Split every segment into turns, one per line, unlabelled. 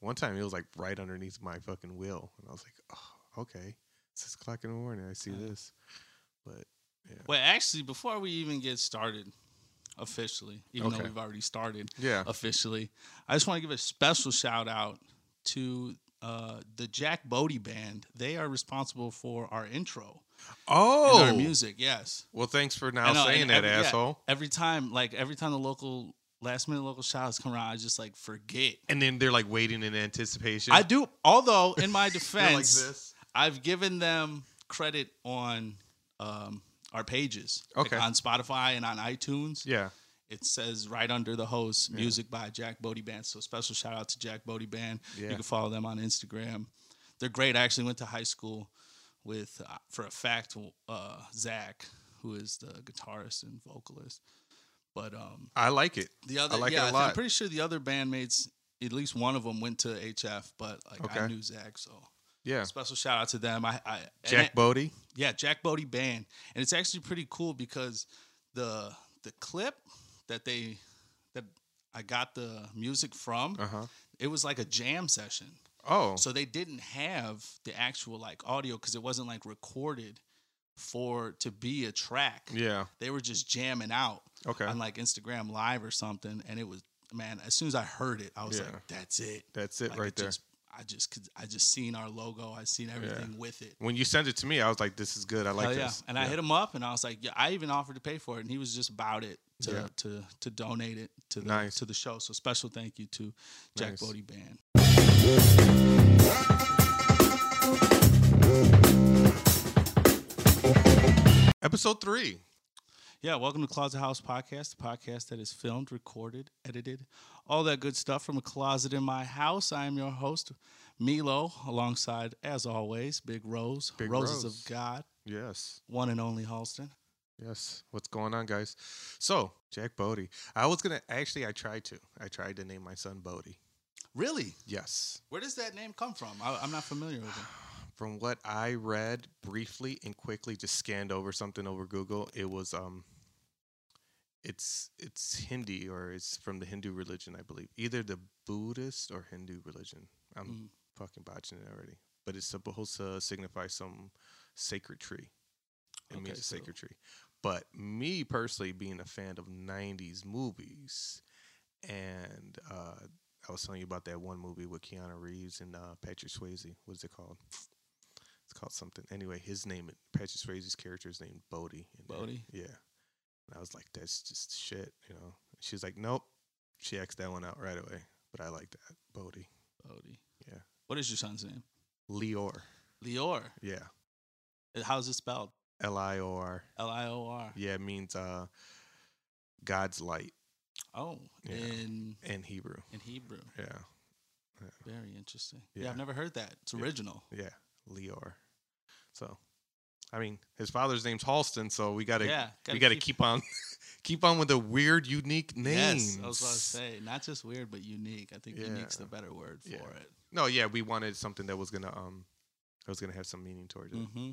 One time it was like right underneath my fucking wheel, and I was like, oh, okay, it's six o'clock in the morning. I see
Yeah.
this, but yeah,
Well, actually, before we even get started officially, even though
Okay.
we've already started
yeah,
officially, I just want to give a special shout out to uh, the Jack Bodie Band. They are responsible for our intro Uh, and
oh,
our music. Yes.
well, thanks for now
I know,
saying
and
that,
every- yeah,
asshole.
every time, like every time the local last minute local shout outs come around, I just like forget.
And then they're like waiting in anticipation.
I do. Although, in my
They're like
defense,
this.
I've given them credit on um, our pages, like,
Okay.
on Spotify and on iTunes.
Yeah,
It says right under the host, music by Jack Bodie Band. So special shout out to Jack Bodie Band.
Yeah.
You can follow them on Instagram. They're great. I actually went to high school with, uh, for a fact, uh, Zach, who is the guitarist and vocalist. But um,
I like it.
the other,
like it a
yeah, I think-
lot.
I'm pretty sure the other bandmates, at least one of them, went to HF. But like I
Okay.
knew Zach, so
Yeah,
special shout out to them. I, I and
Jack
it-
Bodie.
yeah, Jack Bodie band, and it's actually pretty cool because the the clip that they that I got the music from,
Uh huh.
it was like a jam session.
Oh,
So they didn't have the actual like audio because it wasn't like recorded for to be a track.
yeah.
They were just jamming out
Okay,
on like Instagram Live or something, and it was man. As soon as I heard it, I was
Yeah.
like, "That's it,
that's it
Like,
right
it
there.
Just, I just could, I just seen our logo. I seen everything with it.
when you sent it to me, I was like, "This is good. I like
Hell yeah.
this."
And I hit him up and I was like, yeah, I even offered to pay for it. And he was just about it to
Yeah.
to, to donate it to the,
Nice.
to the show. So special thank you to Jack
Nice.
Bodie Band.
Episode three.
Yeah, welcome to Closet House Podcast, the podcast that is filmed, recorded, edited, all that good stuff from a closet in my house. I am your host, Milo, alongside, as always, Big Rose,
Big
Roses
Rose.
of God,
Yes,
one and only Halston.
yes. What's going on, guys? So Jack Bodie. I was gonna actually. I tried to. I tried to name my son Bodie.
Really?
Yes.
Where does that name come from? I, I'm not familiar with it.
From what I read briefly and quickly, just scanned over something over Google. It was um. It's it's Hindi or it's from the Hindu religion, I believe. Either the Buddhist or Hindu religion. I'm
Mm.
fucking botching it already. But it's supposed to signify some sacred tree. It
Okay,
means a
so-
sacred tree. But me personally, being a fan of '90s movies, and uh, I was telling you about that one movie with Keanu Reeves and uh, Patrick Swayze. What's it called? It's called something. Anyway, his name, Patrick Swayze's character is named Bodie. in there.
Bodhi?
Yeah. And I was like, that's just shit, you know. She's like, nope. She X'd that one out right away. But I like that Bodie.
Bodie.
Yeah.
What is your son's name?
Lior.
Lior.
Yeah.
How's it spelled?
L I O R.
L I O R.
Yeah, it means uh, God's light
Oh,
Yeah.
in
in Hebrew.
in Hebrew.
Yeah,
Very interesting. Yeah,
Yeah.
I've never heard that. It's
Yeah.
original.
yeah, Leor. So, I mean, his father's name's Halston, so we gotta
yeah,
we gotta keep, on keep on with the weird, unique names.
Yes, I was about to say not just weird but unique. I think unique's the
Yeah.
better word for
Yeah.
it.
No, yeah, we wanted something that was gonna um, that was gonna have some meaning towards it.
Mm-hmm.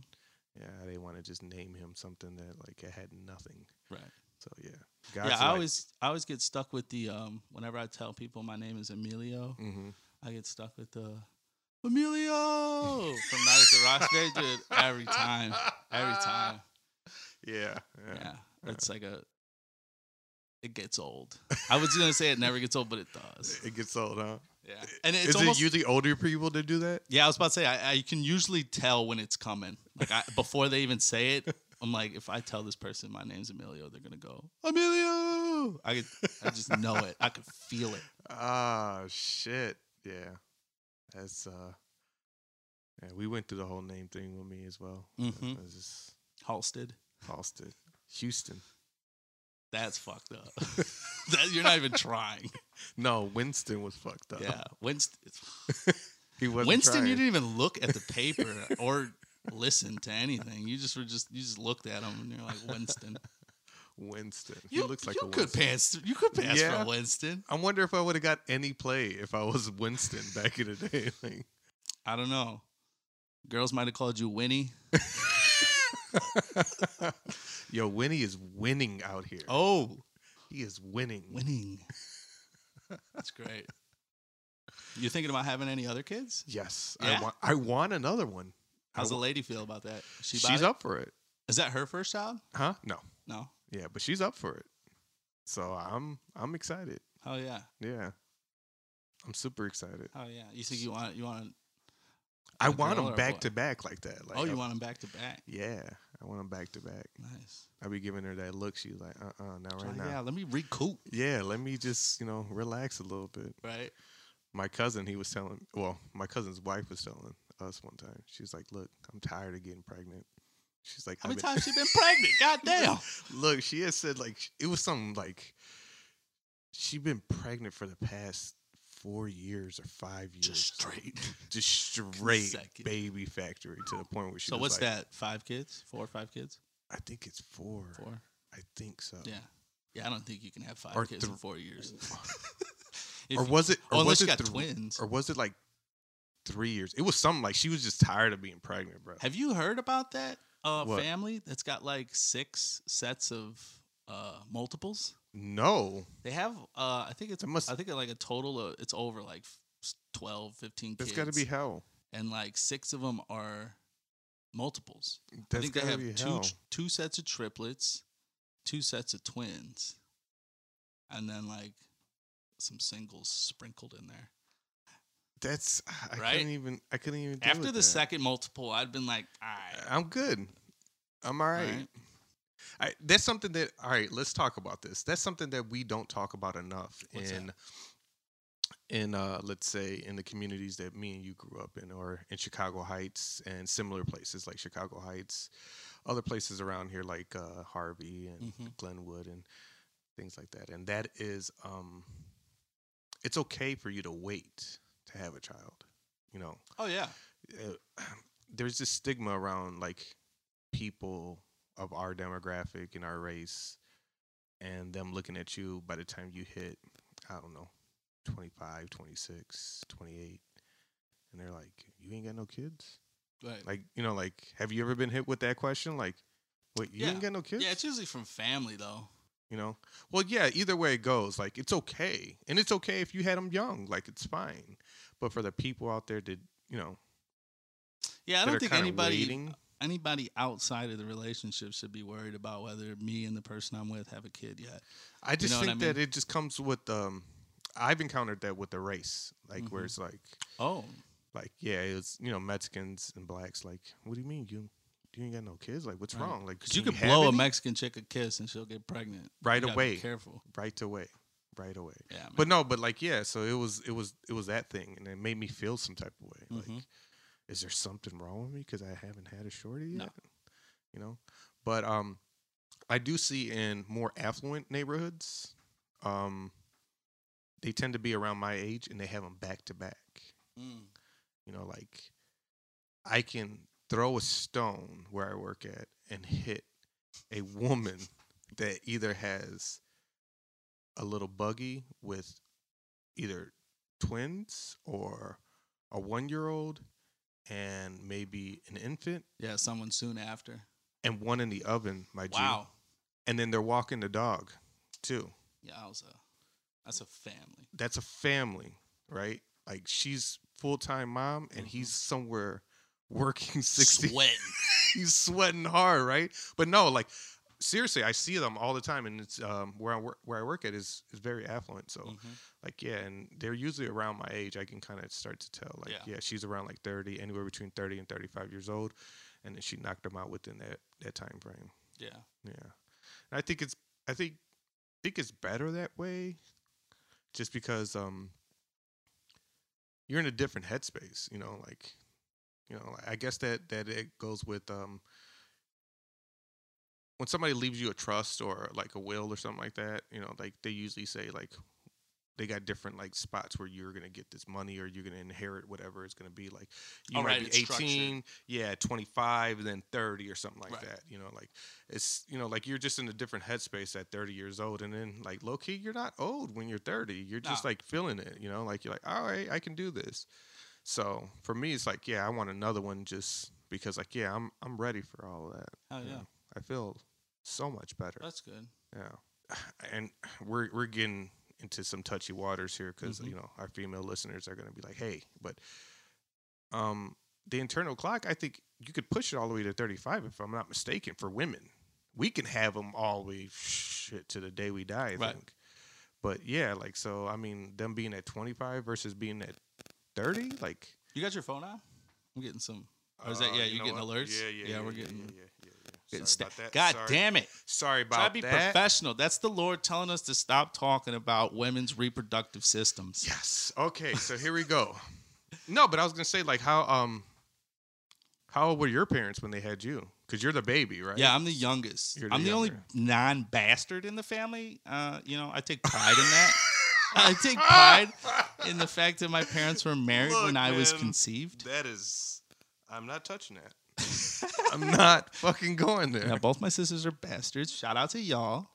Yeah, I didn't want to just name him something that like it had nothing.
Right.
So yeah, God's
yeah, I
light.
always I always get stuck with the um. Whenever I tell people my name is Emilio,
Mhm.
I get stuck with the Emilio from Night at the Roxbury, dude. Every time, every time.
Yeah, yeah,
Yeah,
Yeah.
it's like a. It gets old. I was gonna say it never gets old, but it does.
It gets old, huh?
Yeah, and it's
Is
almost.
it usually older people that do that?
yeah, I was about to say I, I can usually tell when it's coming. Like I, before they even say it, I'm like, if I tell this person my name's Emilio, they're gonna go Emilio. I could, I just know it. I could feel it.
Ah, shit. Yeah. That's, uh, yeah, we went through the whole name thing with me as well.
Mhm.
I was just
Halsted.
lost it. Houston.
That's fucked up. that, you're not even trying.
No, Winston was fucked up.
Yeah, Winston.
He wasn't
Winston,
trying.
you didn't even look at the paper or listen to anything. You just were just you just looked at him and you're like Winston.
Winston.
You,
he looks like
you
a
could
Winston.
pass. You could pass
Yeah.
for Winston.
I wonder if I would have got any play if I was Winston back in the day. Like,
I don't know. Girls might have called you Winnie.
yo, Winnie is winning out here.
Oh,
He is winning.
winning. That's great. You thinking about having any other kids?
Yes,
Yeah.
I want. I want another one. I
How's the
wa-
lady feel about that? She about
she's
it?
up for it,
Is that her first child?
huh? No,
No.
yeah, but she's up for it. So I'm I'm excited.
Oh yeah.
Yeah, I'm super excited.
Oh yeah. You think you want you want?
I
A
want
girl
them
or
back
boy?
to back like that. Like,
oh, you
I-
want them back to back.
Yeah, I want them back to back.
Nice.
I be giving her that look. She's like, uh, uh not right
Like,
now.
yeah. Let me recoup.
Yeah, let me just, you know, relax a little bit.
Right.
My cousin, he was telling, well, my cousin's wife was telling us one time. She's like, "Look, I'm tired of getting pregnant." She's like,
How
"I've
many
been-"
times she been pregnant? God damn.
Look, she had said like sh- it was something like she been pregnant for the past four years or five years,
Just straight.
just straight
consecutive.
baby factory to the point where she.
so
was
what's
like,
that? Five kids? Four or five kids?
I think it's four.
Four.
I think so.
Yeah. Yeah. I don't think you can have five
Oh. Or
kids in
th-
four years. If
or
you-
was it? Or
oh,
was
unless you
it
got
thr-
twins.
Or was it like three years? It was something like she was just tired of being pregnant, bro.
Have you heard about that uh,
What?
family that's got like six sets of uh, multiples?
No,
They have, uh, I think it's,
That must-
I think like a total of, it's over like f- 12, 15
that's
kids.
got to be hell.
And like six of them are multiples. I
That's
think they
gotta
have
be
two,
hell.
tr- two sets of triplets, two sets of twins, and then like some singles sprinkled in there.
That's I
Right?
couldn't even. I couldn't even. deal
After
with
the
that.
second multiple, I'd been like, all right.
I'm good. I'm all
all
right.
right.
I, that's something that. All right, let's talk about this. That's something that we don't talk about enough
What's that?
in. In uh, let's say in the communities that me and you grew up in, or in Chicago Heights and similar places like Chicago Heights, other places around here like uh, Harvey and
Mhm.
Glenwood and things like that. And that is, um, it's okay for you to wait to have a child. You know,
Oh, yeah.
uh, there's this stigma around like people of our demographic and our race and them looking at you by the time you hit i don't know 25 26 28 and they're like you ain't got no kids
Right.
like you know like have you ever been hit with that question like wait you ain't got no kids
Yeah, it's usually from family though.
you know well yeah either way it goes like it's okay and it's okay if you had them young like it's fine but for the people out there that you know
Yeah, I
that
don't
are
think
kinda
anybody
waiting,
anybody outside of the relationship should be worried about whether me and the person I'm with have a kid yet.
I just
know what
think
I
that it just comes with um I've encountered that with the race, like where
Mhm.
it's like
Oh,
like yeah, it's you know Mexicans and blacks like what do you mean you you ain't got no kids? Like what's
Right.
wrong? Like
because you
can
could
have
blow a
any?
Mexican chick a kiss and she'll get pregnant
Right
You gotta be
away.
Careful.
right away. Right away.
Yeah, man.
But no, but like yeah, so it was it was it was that thing and it made me feel some type of way. Like
Mhm.
is there something wrong with me cuz I haven't had a shorty yet?
No.
You know? But um I do see in more affluent neighborhoods um they tend to be around my age and they have them back to back.
Mm.
You know, like I can throw a stone where I work at and hit a woman that either has a little buggy with either twins or a one year old and maybe an infant
yeah, someone soon after.
and one in the oven, my G.
Wow.
And then they're walking the dog too.
Yeah, I was a, that's a family.
That's a family, right? Like she's full time mom and
Mhm.
he's somewhere working 60
Sweating.
he's sweating hard, right? But no, like seriously, I see them all the time, and it's um, where I work where I work at is is very affluent. So
Mhm.
like yeah, and they're usually around my age. I can kind of start to tell like
Yeah.
yeah. she's around like thirty, anywhere between thirty and thirty five years old, and then she knocked them out within that that time frame.
Yeah.
Yeah, and I think it's I think think it's better that way, just because um you're in a different headspace. You know, like you know, I guess that that it goes with um when somebody leaves you a trust or like a will or something like that. You know, like they usually say like they got different like spots where you're gonna get this money or you're gonna inherit whatever it's gonna be. Like you
Oh,
might
right,
be
it's structured.
18, yeah, 25, and then 30 or something like
Right.
that. You know, like it's you know like you're just in a different headspace at 30 years old and then like low key you're not old when you're 30 you're just
No.
like feeling it you know like you're like all right i can do this so for me it's like yeah i want another one just because like yeah i'm i'm ready for all of that
Oh,
you
yeah.
know? i feel so much better
That's good.
yeah and we're we're getting into some touchy waters here because
Mhm.
you know our female listeners are going to be like, "Hey," but um, the internal clock, I think you could push it all the way to 35 if I'm not mistaken for women. We can have them all the way shit to the day we die, I
Right.
think. But yeah, like so, I mean, them being at 25 versus being at 30, like uh,
You got your phone on? I'm getting some. Oh, is that- yeah, you
know
getting
what?
alerts?
Yeah, yeah,
Yeah, we're
yeah,
getting-
yeah, yeah, yeah, yeah. Sorry
getting sta-
about that.
God
Uh, Sorry.
damn it.
Sorry about
Try to be
that.
professional. That's the Lord telling us to stop talking about women's reproductive systems.
Yes. Okay, so here we go. No, but I was gonna say like how um how old were your parents when they had you? Because you're the baby, right?
Yeah, I'm the youngest.
You're the
I'm the only
younger.
non bastard in the family. Uh, you know, I take pride in that. I take pride in the fact that my parents were married
Look,
when I was
man.
conceived.
That is, I'm not touching that. I'm not fucking going there.
Now, both my sisters are bastards. Shout out to y'all.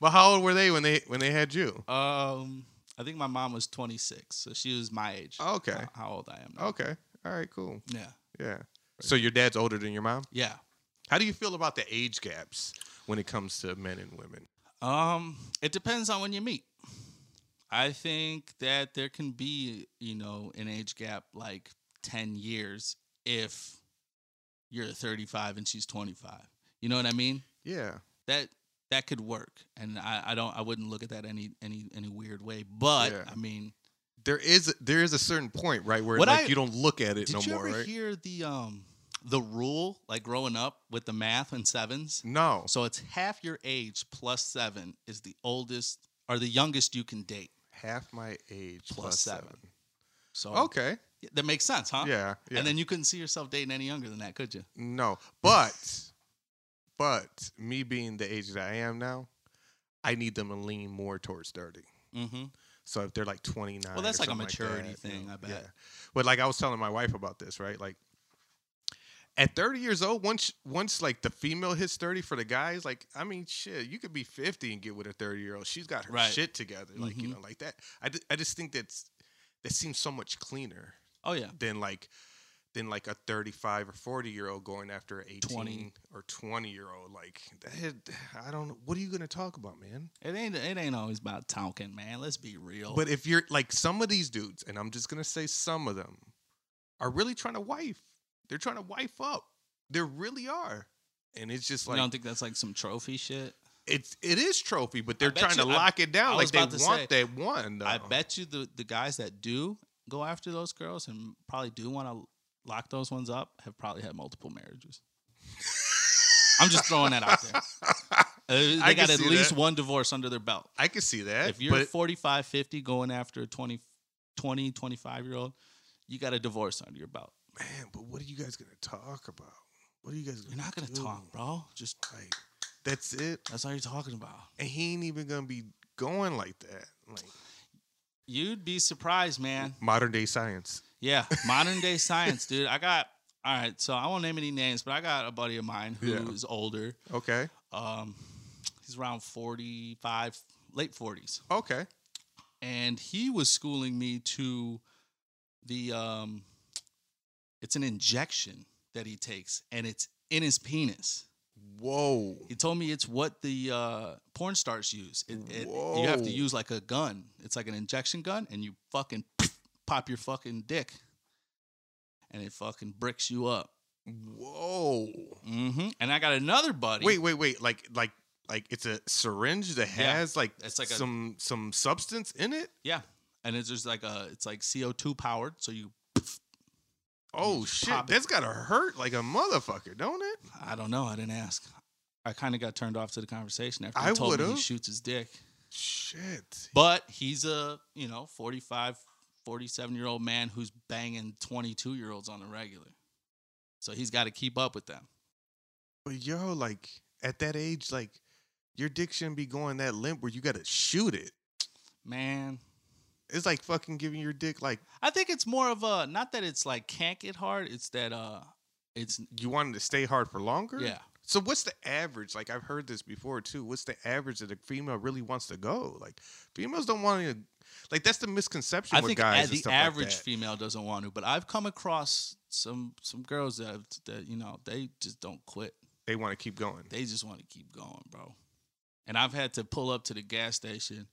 But how old were they when they when they had you?
Um, I think my mom was 26, so she was my age.
Oh, Okay. Oh.
How, how old I am now.
Okay. All right. Cool.
Yeah.
Yeah. So your dad's older than your mom.
Yeah.
How do you feel about the age gaps when it comes to men and women?
Um, it depends on when you meet. I think that there can be, you know, an age gap like 10 years if you're 35 and she's 25. You know what I mean?
Yeah.
That that could work. And I, I don't I wouldn't look at that any any any weird way. But
Yeah.
I mean,
There is there is a certain point right where
What
like
I-
you don't look at it
did
no
you
more,
ever
right?
hear the um the rule like growing up with the math and sevens?
no.
So it's half your age plus 7 is the oldest or the youngest you can date.
Half my age
Plus
plus
seven.
seven.
So
Okay.
Yeah, That makes sense, huh?
Yeah. Yeah.
And then you couldn't see yourself dating any younger than that, could you?
No, but but me being the age that I am now, I need them to lean more towards thirty.
Mm-hmm.
So if they're like twenty nine,
Well, that's like a maturity
that,
thing, I bet.
But like I was telling my wife about this, right? Like at thirty years old, once once like the female hits thirty for the guys, like I mean, shit, you could be fifty and get with a thirty year old. She's got her
Right.
shit together, like you
Mhm.
know, like that. I, ju- I just think that's that seems so much cleaner
Oh yeah.
than like than like a 35 or 40 year old going after an 18
20.
or 20 year old like that, i don't know what are you going to talk about man
It ain't it ain't always about talking, man. Let's be real.
but if you're like some of these dudes and i'm just going to say some of them are really trying to wife they're trying to wife up they really are and it's just
you
like
don't think that's like some trophy shit?
it's it is trophy but they're
bet
trying to
you- I-
lock it down
I
like
was
they
about
want
to say,
that one
I
though.
bet you the the guys that do go after those girls and probably do want to lock those ones up have probably had multiple marriages. I'm just throwing that out there. Uh, they
I can
got at
see
least
that.
one divorce under their belt.
i can see that
if you're
but-
45 50 going after a 20 20 25 year old you got a divorce under your belt
man but what are you guys going to talk about what are you guys
you're not gonna
do?
talk bro just
Like, that's it.
that's all you're talking about
And he ain't even gonna be going like that. Like
you'd be surprised man
modern day science.
yeah modern day science dude i got all right so i won't name any names but i got a buddy of mine who is
Yeah.
older
Okay.
um he's around 45 late 40s
Okay.
and he was schooling me to the um it's an injection that he takes and it's in his penis
Whoa.
He told me it's what the uh, porn stars use. It, it- you have to
Whoa.
use like a gun. It's like an injection gun, and you fucking pop your fucking dick, and it fucking bricks you up.
Whoa.
hmm And I got another buddy.
Wait, wait, wait. Like like like it's a syringe that
Yeah.
has like,
It's like a-
some some substance in it?
yeah, and it's just like a, it's like CO two powered. So you,
Oh
just
shit.
pop it.
That's gotta hurt like a motherfucker, don't it?
I don't know. I didn't ask. I kind of got turned off to the conversation after he
I
told me he
would've.
shoots his dick.
Shit.
But he's a, you know, 45, 47 year old man who's banging 22 year olds on the regular. So he's got to keep up with them.
But yo, like at that age, like your dick shouldn't be going that limp where you gotta shoot it.
Man,
It's like fucking giving your dick like
I think it's more of a, not that it's like can't get hard, it's that, uh, it's,
you wanted to stay hard for longer?
yeah.
So what's the average? Like I've heard this before too. What's the average that a female really wants to go? Like females don't want to. Like that's the misconception
I
with
think
guys.
a-
and
the
stuff
average
Like that.
female doesn't want to, but I've come across some some girls that, that you know, they just don't quit.
they want to keep going.
They just want to keep going, bro. And I've had to pull up to the gas station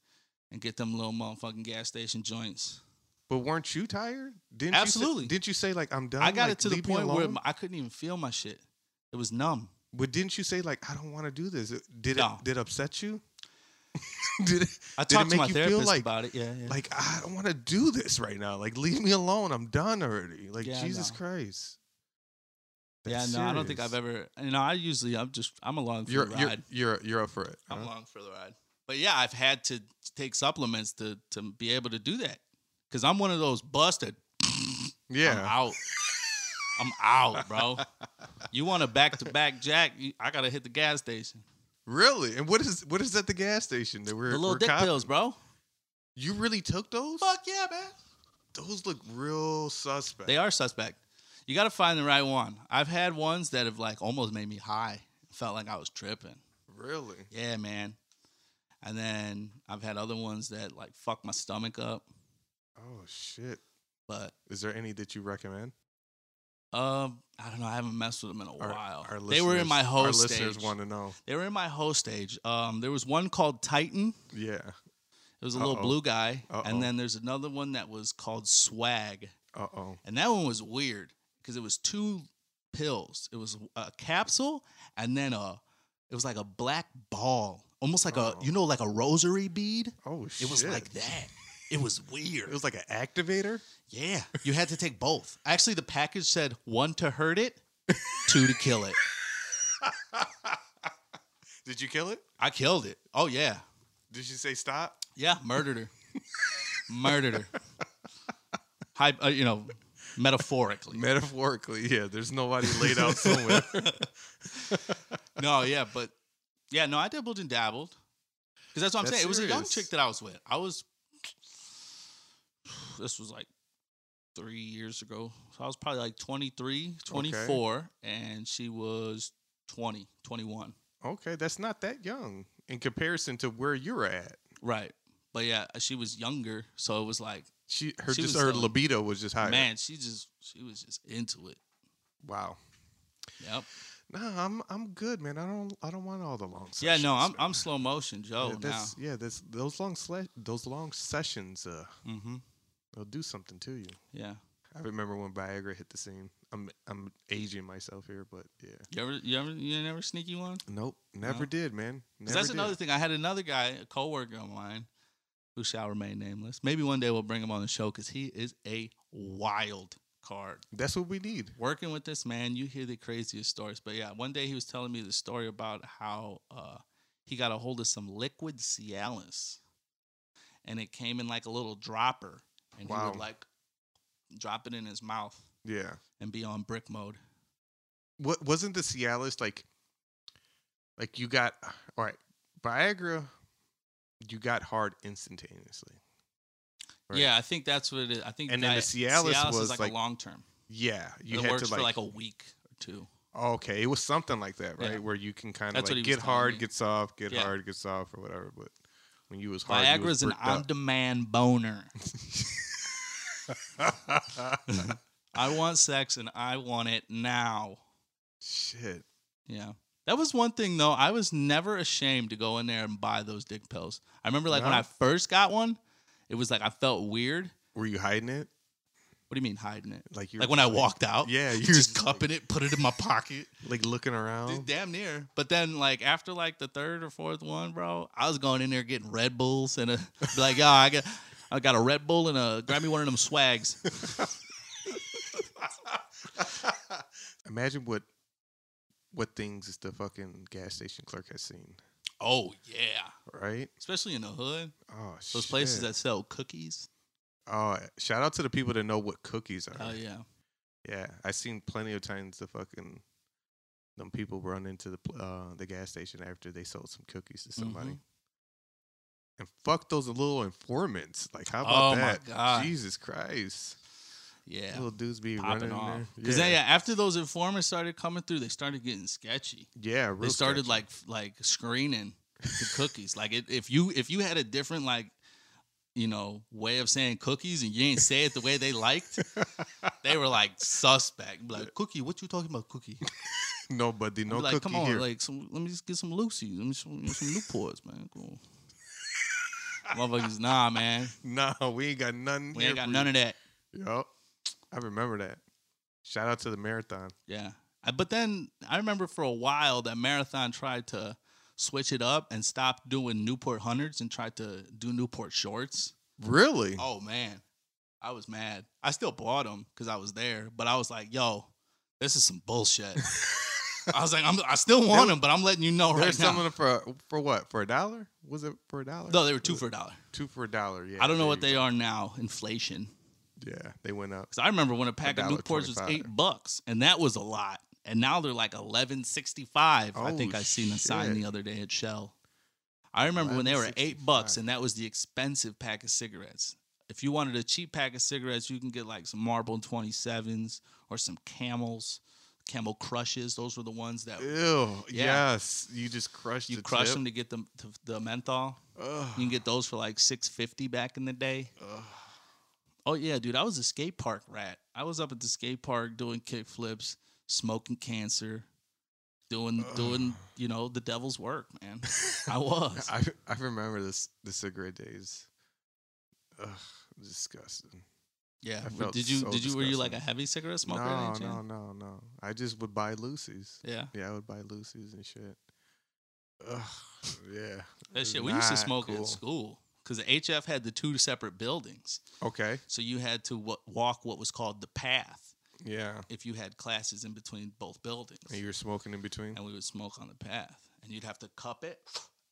and get them little motherfucking gas station joints.
But weren't you tired? Didn't
Absolutely.
You say, didn't you say like I'm done?
I got
Like,
it to the
leave me
point where
alone?
my- I couldn't even feel my shit. It was numb.
But didn't you say like I don't want to do this? Did
No.
it did it upset you? did it,
I
did it
talked to
make
my
you feel
therapist
like-
about it. Yeah, yeah.
like I don't want to do this right now. Like leave me alone. I'm done already. Like
Yeah, I
Jesus
know.
Christ.
yeah, no,
That's
I don't think I've
serious.
ever. You know, I usually I'm just I'm along for
You're
the ride.
you're you're you're up for it.
I'm
huh?
along for the ride. But yeah, I've had to take supplements to to be able to do that because I'm one of those busted. I'm
Yeah.
out. I'm out, bro. You want a back to back jack? you- I gotta hit the gas station.
Really? And what is what is at the gas station that we're
The little
we're
dick
cop-
pills, bro.
You really took those?
Fuck yeah, man.
Those look real suspect.
They are suspect. You gotta find the right one. I've had ones that have like almost made me high. Felt like I was tripping.
really.
Yeah, man. And then I've had other ones that like fuck my stomach up.
Oh shit.
But
Is there any that you recommend?
um, I don't know. I haven't messed with them in a
Our-
while.
our
they were in
listeners-
my
Our
host
listeners
stage.
want to know.
They were in my host stage. Um, there was one called Titan.
Yeah.
It was a
Uh-oh.
little blue guy,
Uh-oh.
and then there's another one that was called Swag,
Uh oh.
and that one was weird because it was two pills. It was a capsule, and then a. It was like a black ball, almost like
Oh.
a you know like a rosary bead.
Oh shit.
It was like that. It was weird.
It was like an activator.
Yeah, you had to take both. Actually, the package said one to hurt it, two to kill it.
Did you kill it?
I killed it. Oh yeah,
Did you say stop?
yeah, murdered her, murdered her. Hy- uh, you know, metaphorically.
Metaphorically, yeah. There's nobody laid out somewhere.
No, yeah, but yeah, no, I dabbled and dabbled because that's what I'm
That's
saying. It was a young
serious.
chick that I was with. I was. This was like three years ago. So I was probably like 23, 24, and she was 20, 21.
okay, that's not that young in comparison to where you're at.
Right. But yeah, she was younger, so it was like,
She her
She
just
was,
her
uh,
libido was just higher.
man, she just she was just into it.
Wow.
Yep.
Nah, I'm I'm good, man. I don't I don't want all the long
Yeah,
sessions.
no, I'm
man.
I'm slow motion, Joe.
yeah, that's, yeah, that's those long sle- those long sessions uh
now. Mm-hmm.
they'll do something to you.
Yeah.
I remember when Viagra hit the scene. I'm I'm aging myself here, but yeah.
You ever you ever you never sneaky one?
Nope, never
No.
did, man.
'Cause
Never
that's
did.
another thing. I had another guy, a coworker of mine, who shall remain nameless. Maybe one day we'll bring him on the show because he is a wild card.
That's what we need.
working with this man, you hear the craziest stories. But yeah, one day he was telling me the story about how uh, he got a hold of some liquid Cialis, and it came in like a little dropper, and he
Wow.
would like drop it in his mouth
Yeah.
and be on brick mode.
what wasn't the Cialis like like you got all right Viagra you got hard instantaneously. Right.
Yeah, I think that's what it is. I think
And then the
Dia-
Cialis was,
is like,
like,
a long term.
Yeah, you
It
had
works
to like,
for like a week or two.
okay, it was something like that, right?
Yeah.
Where you can kind of
That's what
like
he was
get
telling
hard,
me.
get soft, get
Yeah.
hard, get soft, or whatever. But when you was hard, you
Viagra's
was
an
bricked
on
up.
demand boner. I want sex and I want it now.
Shit,
Yeah. That was one thing though. I was never ashamed to go in there and buy those dick pills. I remember like when
No?
I first got one, it was like I felt weird.
were you hiding it?
What do you mean hiding it?
Like you
Like
were
when I
just
walked out,
Yeah,
you
you Oh.
just
like-
cupping it, put it in my pocket,
like looking
Dude,
around.
damn near. But then like after like the third or fourth one, bro, I was going in there getting Red Bulls and a be like, oh, I got, I got a Red Bull and a grab me one of them swags.
Imagine what what things the fucking gas station clerk has seen,
oh yeah,
right?
especially in the hood,
Oh,
those
shit.
places that sell cookies.
Oh, shout out to the people that know what cookies are.
Oh yeah,
yeah, I seen plenty of times the fucking them people run into the pl- uh, the gas station after they sold some cookies to somebody.
Mhm.
And fuck those little informants. Like, how about
Oh, my
that?
God.
Jesus Christ.
yeah.
Little dudes be
popping
running in
off.
there.
Because yeah. after those informers started coming through, they started getting sketchy.
yeah, real
they started
sketchy.
like f- like screening the cookies. Like it, if you if you had a different like you know way of saying cookies and you ain't say it the way they liked, they were like suspect. Be Like cookie, what you talking about, cookie?
Nobody,
I'd
no
be like,
cookie
come on,
here.
like some, let me just get some Lucy's, let me some, some Newports, man. Cool. Motherfuckers, nah, man,
nah, we ain't got none.
we ain't got none of that.
Yup. I remember that. Shout out to the marathon.
Yeah, I, but then I remember for a while that Marathon tried to switch it up and stopped doing Newport hundreds and tried to do Newport shorts.
Really?
Oh man, I was mad. I still bought them because I was there, but I was like, yo, this is some bullshit. I was like, I'm, I still want them, but I'm letting you know
They're
right now.
selling it for for what? For a dollar? Was it for a dollar?
No, they were two for a dollar.
two for a dollar. Yeah.
I don't know
there
what
you
they are now, inflation.
go. Yeah, they went up.
Because I remember when a pack of Newports was
$1.25.
eight bucks, and that was a lot. And now they're like eleven sixty five. I
Oh,
think I seen a sign
shit.
the other day at Shell. I remember when they were eight bucks,
$11.65.
and that was the expensive pack of cigarettes. If you wanted a cheap pack of cigarettes, you can get like some Marlboro twenty sevens or some Camels, Camel Crushes. Those were the ones that
Ew.
Yeah.
Yes. You just crushed.
you
the
crush
tip.
them to get the the menthol.
Ugh.
You can get those for like six fifty back in the day.
Ugh.
Oh yeah, dude, I was a skate park rat. I was up at the skate park doing kick flips, smoking cancer, doing doing you know the devil's work, man. I was.
I I remember this the cigarette days. Ugh, disgusting.
yeah.
I felt
did you
so
did you were you like a
disgusting.
heavy cigarette smoker? by
No,
any
no,
chance?
no, no. I just would buy Lucy's.
Yeah.
Yeah, I would buy Lucy's and shit. Ugh, yeah.
That
it's
shit. We used to
not
smoke
cool.
at school because the HF had the two separate buildings,
Okay.
so you had to w- walk what was called the path
Yeah.
if you had classes in between both buildings.
And you were smoking in between.
and we would smoke on the path. And you'd have to cup it,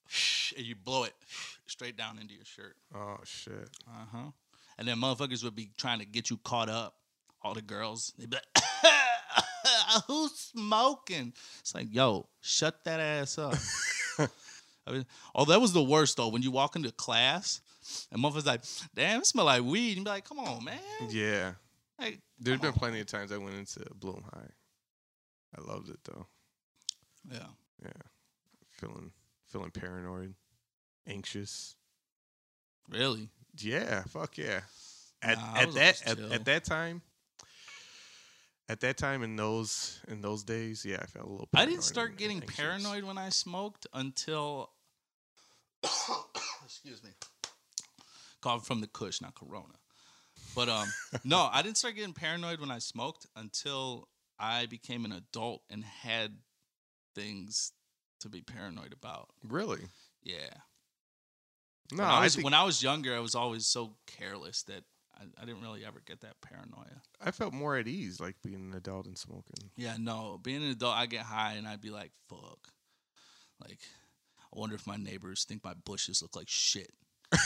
and you blow it straight down into your shirt.
Oh shit.
Uh huh. And then motherfuckers would be trying to get you caught up. All the girls, they'd be like, "Who's smoking?" It's like, yo, shut that ass up. I mean, oh, that was the worst though. When you walk into class, and motherfuckers like, "Damn, it smell like weed." And you be like, "Come on, man."
Yeah.
Like,
There's
come
been
on.
plenty of times I went into Bloom High. I loved it though.
Yeah.
Feeling feeling paranoid, anxious.
Really?
Yeah, fuck yeah. At
Nah, I
at
was
that
always
at,
chill.
at that time at that time in those in those days, yeah, I felt a little
I
paranoid.
didn't start
and
getting
anxious.
paranoid when I smoked until, excuse me, called from the Kush, not Corona. But um, no, I didn't start getting paranoid when I smoked until I became an adult and had things to be paranoid about.
Really?
Yeah.
No,
when I,
I,
was,
think,
when I was younger, I was always so careless that I, I didn't really ever get that paranoia.
I felt more at ease like being an adult and smoking.
Yeah, no. Being an adult, I get high and I'd be like, "Fuck!" Like, I wonder if my neighbors think my bushes look like shit.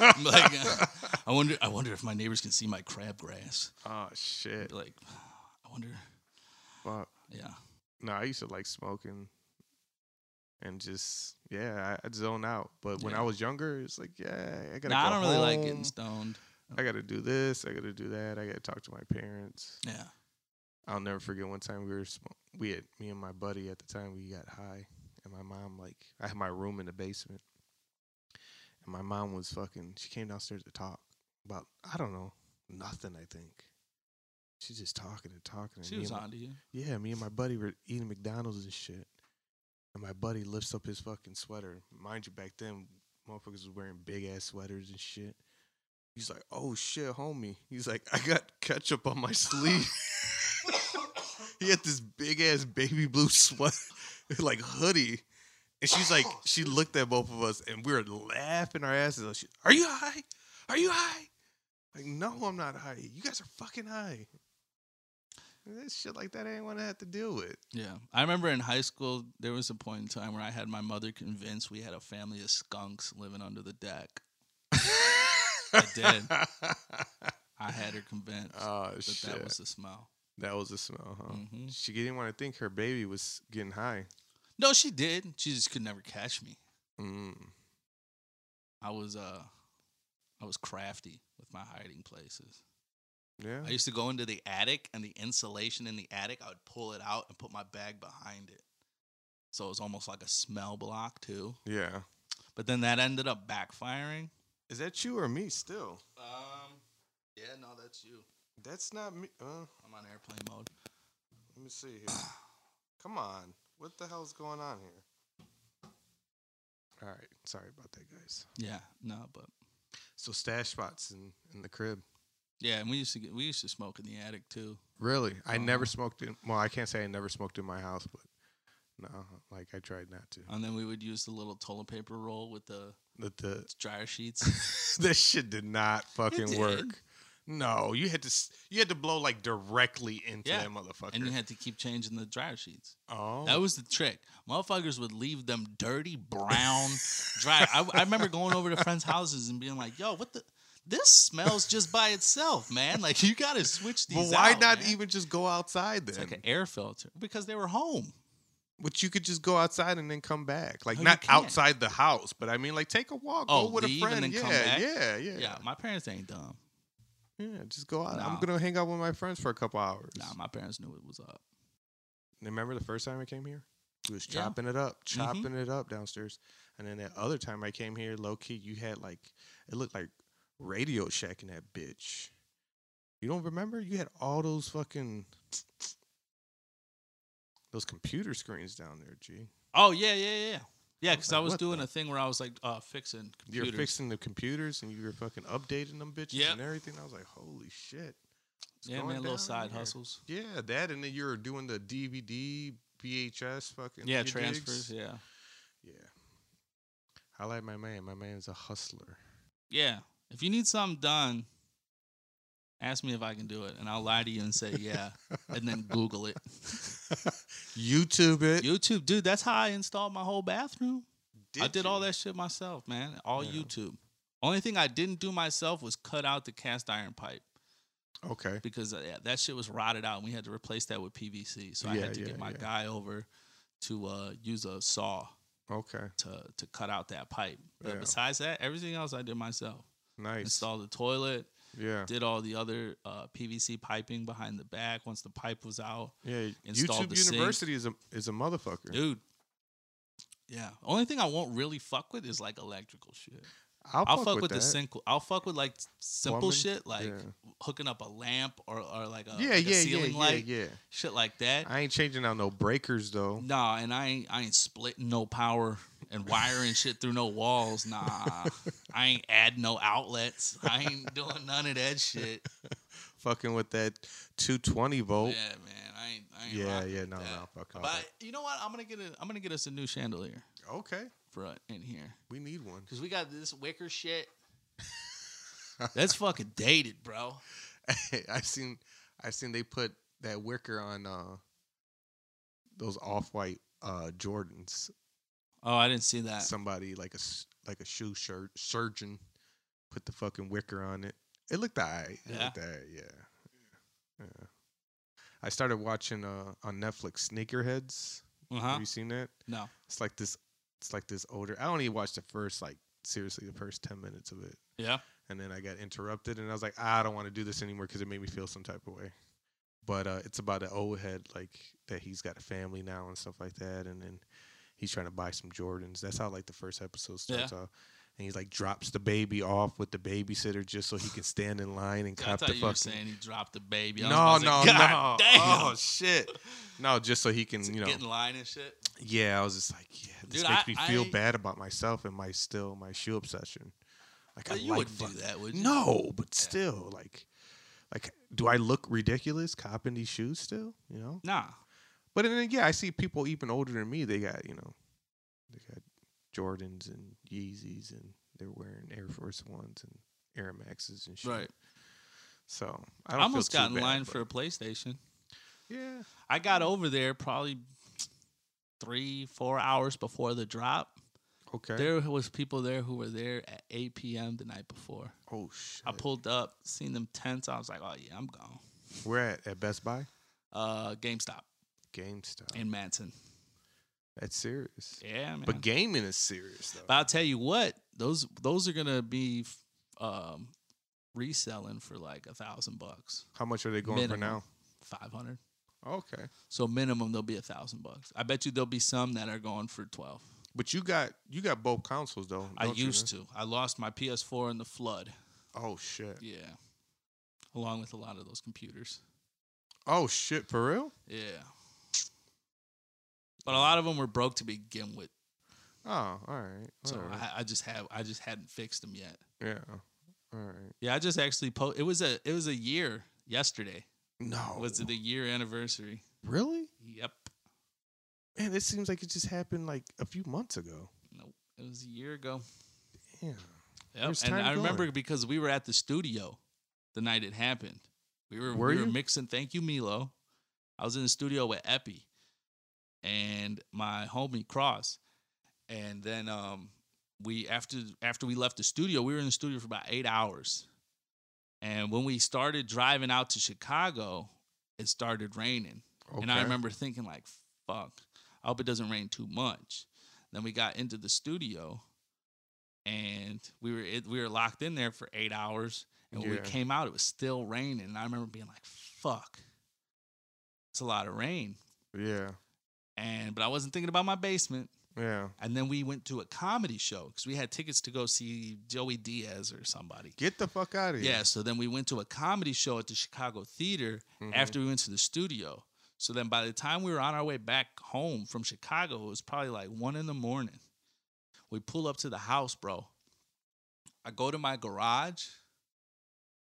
I'm like, uh, I wonder. I wonder if my neighbors can see my crabgrass.
Oh shit.
Be Like, I wonder.
Fuck.
Yeah,
No, I used to like smoking and just yeah, I, I'd zone out. But when
Yeah.
I was younger, it's like, yeah, I gotta
no, I
go
don't really like
home.
getting stoned.
I gotta do this, I gotta do that, I gotta talk to my parents.
Yeah,
I'll never forget one time we were smo- we had me and my buddy at the time we got high and my mom like I had my room in the basement and my mom was fucking she came downstairs to talk about I don't know nothing I think she's just talking and talking and
she
me
was
and my-
on to you.
yeah me and my buddy were eating McDonald's and shit and my buddy lifts up his fucking sweater mind you back then motherfuckers was wearing big ass sweaters and shit he's like oh shit homie he's like I got ketchup on my sleeve. He had this big ass baby blue sweat, like hoodie. And she's like, she looked at both of us and we were laughing our asses off. She, Are you high? Are you high? Like, no, I'm not high. You guys are fucking high. That shit like that I ain't want to have to deal with.
Yeah, I remember in high school there was a point in time where I had my mother convinced we had a family of skunks living under the deck.
I did.
I had her convinced
Oh,
that
shit.
that was the smell.
the smell, huh?
Mhm.
She didn't want to think her baby was getting high.
No, she did. She just could never catch me. Mm-hmm.
Mm.
I was uh I was crafty with my hiding places.
Yeah.
I used to go into the attic and the insulation in the attic, I would pull it out and put my bag behind it. So it was almost like a smell block too.
yeah.
But then that ended up backfiring.
Is that you or me still?
Um yeah, no, that's you.
That's not me. Uh,
I'm on airplane mode.
Let me see here. Come on. What the hell's going on here? All right. Sorry about that, guys.
Yeah, no, but
So stash spots in, in the crib.
yeah, and we used to get we used to smoke in the attic too.
Really? I never
Uh-huh.
smoked in well, I can't say I never smoked in my house, but no, like I tried not to.
And then we would use the little toilet paper roll with the
But the
dryer sheets.
this shit did not fucking
did.
work. No, you had to s- you had to blow like directly into
Yeah,
that motherfucker.
and you had to keep changing the dryer sheets.
oh,
That was the trick. Motherfuckers would leave them dirty brown dry. I, I remember going over to friends' houses and being like, "Yo, what the? This smells just by itself, man. Like you got to switch these."
but why
out,
not
man."
even just go outside
It's
then?
like an air filter because they were home.
But you could just go outside and then come back. Like
No, you
not
can't.
outside the house, but I mean like take a walk,
Oh,
go with a
leave and
friend.
then
yeah,
come back?
yeah, yeah,
Yeah, my parents ain't dumb.
Yeah, just go out. I'm
Nah.
gonna hang out with my friends for a couple hours.
Nah, my parents knew it was up.
Remember the first time I came here? You was
Yeah.
chopping it up,
Mhm.
chopping it up downstairs. And then that other time I came here, low key, you had like it looked like Radio Shack in that bitch. You don't remember? You had all those fucking those computer screens down there, G.
Oh yeah, yeah, yeah, yeah. Because
like,
I was
what
doing
the-
a thing where I was like uh, fixing
You're
computers.
fixing the computers and you were fucking updating them bitches
Yep.
and everything. I was like, holy shit. It's
yeah,
going
man, little
down
side
here.
hustles.
Yeah, that and then you were doing the DVD, VHS fucking
Yeah,
you digs?
transfers. Yeah,
Yeah. I like my man. My man's a hustler.
yeah. If you need something done, ask me if I can do it, and I'll lie to you and say yeah, and then Google it.
YouTube it.
YouTube, dude. That's how I installed my whole bathroom. I did all
you?
that shit myself, man. All
Yeah.
YouTube. Only thing I didn't do myself was cut out the cast iron pipe
Okay.
because uh, yeah, that shit was rotted out, and we had to replace that with PVC. So I
Yeah,
had to
yeah,
get my
yeah.
guy over to uh, use a saw.
Okay.
to to cut out that pipe. But
Yeah.
besides that, everything else I did myself.
Nice.
Installed the toilet,
Yeah.
did all the other uh, PVC piping behind the back once the pipe was out.
Yeah.
installed the
YouTube
sink.
University is a is a motherfucker.
Dude. Yeah. Only thing I won't really fuck with is like electrical shit.
I'll,
I'll, fuck, with, the
that.
sink. I'll fuck with like simple
Plumbing?
shit, like
Yeah.
hooking up a lamp or, or like a,
Yeah,
uh, like a
yeah, yeah,
ceiling
yeah,
light,
yeah.
shit like that.
I ain't changing out no breakers though.
Nah, and I ain't I ain't splitting no power and wiring shit through no walls. Nah, I ain't adding no outlets. I ain't doing none of that shit.
Fucking with that 220
Yeah,
volt.
man, I ain't. I ain't
Yeah, yeah,
rocking with
no,
that.
no, fuck all
But you know what? I'm gonna get a, I'm gonna get us a new chandelier
that. Okay,
for uh, in here
we need one.
because we got this wicker shit. That's fucking dated, bro.
I seen, I seen they put that wicker on uh those off white uh Jordans.
Oh, I didn't see that.
somebody like a s- like a shoe shirt surgeon put the fucking wicker on it. It looked alright. It
Yeah.
looked alright, yeah. Yeah. I started watching uh on Netflix Sneakerheads.
Uh huh.
Have you seen that?
No.
It's like this it's like this older I only watched the first like seriously the first 10 minutes of it.
Yeah.
And then I got interrupted and I was like, I don't want to do this anymore cuz it made me feel some type of way. But uh it's about an old head like that he's got a family now and stuff like that and then he's trying to buy some Jordans. That's how like the first episode starts off. And he's like drops the baby off with the babysitter just so he can stand in line and
I
cop
thought
the
you were
fucking.
saying he dropped the baby. I
No,
was about
no,
to say,
no!
God Damn.
Oh shit! No, just so he can, you know.
Get in line and shit.
Yeah, I was just like, yeah, this
Dude,
makes
I-
me feel
I-
bad about myself and my still my shoe obsession. Like
But
I
you
like
wouldn't do
fuck-
that, would you?
No, but still, like, like, do I look ridiculous copping these shoes still? You know.
Nah.
But then yeah, I see people even older than me. They got you know, they got Jordans and Yeezys, and they're wearing Air Force Ones and Air Maxes and shit.
Right.
So I
I,
don't
almost
feel too
got in
bad,
line
but-
for a PlayStation.
yeah.
I got over there probably three, four hours before the drop.
Okay.
There was people there who were there at 8 p.m. the night before.
oh shit.
I pulled up, seen them tents. I was like, oh yeah, I'm gone.
We're at at Best Buy,
Uh, GameStop
GameStop.
in Manson.
That's serious.
Yeah, man.
But gaming is serious though.
But I'll tell you what, those those are gonna be um, reselling for like a thousand bucks,
How much are they going for now?
Minimum. five hundred.
Okay.
So minimum there'll be a thousand bucks. I bet you there'll be some that are going for twelve.
But you got you got both consoles though.
I used to. I lost my PS4 in the flood.
Oh shit.
Yeah. Along with a lot of those computers.
Oh shit. For real?
Yeah. But a lot of them were broke to begin with,
Oh, all right.
so
all right.
I, I just have I just hadn't fixed them yet.
yeah. All right.
Yeah, I just actually po- it was a it was a year yesterday.
No.
Was the year anniversary?
really?
Yep.
Man, this seems like it just happened like a few months ago.
Nope. It was a year ago.
Yeah.
Yep.
Where's
And
time
I remember
going?
because we were at the studio the night it happened. We were,
Were
we were
you?
mixing Thank You Milo. I was in the studio with Epi and my homie Cross. And then um we after after we left the studio, we were in the studio for about 8 hours. And when we started driving out to Chicago, it started raining. And I
Okay.
remember thinking like, fuck, I hope it doesn't rain too much. Then we got into the studio and we were it, we were locked in there for 8 hours and when we
Yeah.
came out it was still raining and I remember being like, fuck. It's a lot of rain.
Yeah.
And but I wasn't thinking about my basement.
Yeah.
And then we went to a comedy show cuz we had tickets to go see Joey Diaz or somebody.
Get the fuck out of here.
Yeah, so then we went to a comedy show at the Chicago Theater
Mhm.
after we went to the studio. So then by the time we were on our way back home from Chicago, it was probably like one in the morning. We pull up to the house, bro. I go to my garage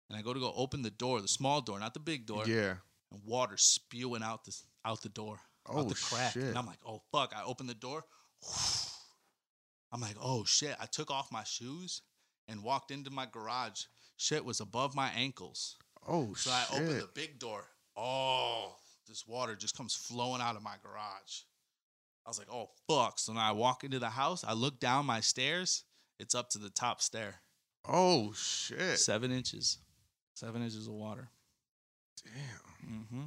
and I go to go open the door, the small door, not the big door,
Yeah.
and water spewing out the out the door,
Oh
out the crack.
shit.
And I'm like, oh fuck. I open the door. I'm like, oh shit. I took off my shoes and walked into my garage. Shit was above my ankles.
oh
So
shit.
I opened the big door. Oh, this water just comes flowing out of my garage. I was like, oh, fuck. So now I walk into the house. I look down my stairs. It's up to the top stair.
oh shit.
Seven inches. Seven inches of water.
Damn.
Mm-hmm.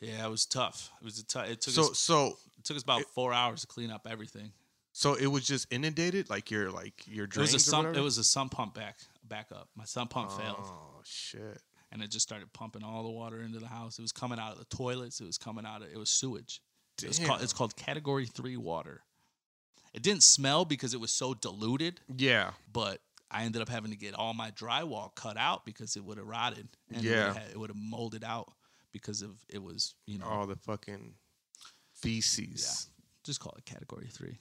Yeah, it was tough. It was a tough. It took
So
us.
so
It took us about
it-
four hours to clean up everything.
so it was just inundated, like your like your
It was
drains.
a
or
sump.
whatever?
It was a sump pump back back up. My sump pump failed.
Oh shit.
and it just started pumping all the water into the house. It was coming out of the toilets. It was coming out of it was sewage. It was called, it's
Damn.
called Category Three water. It didn't smell because it was so diluted,
Yeah.
but I ended up having to get all my drywall cut out because it would have rotted. And it
Yeah.
would've had- it would have molded out because of it was you know
All the fucking feces.
just call it Category Three.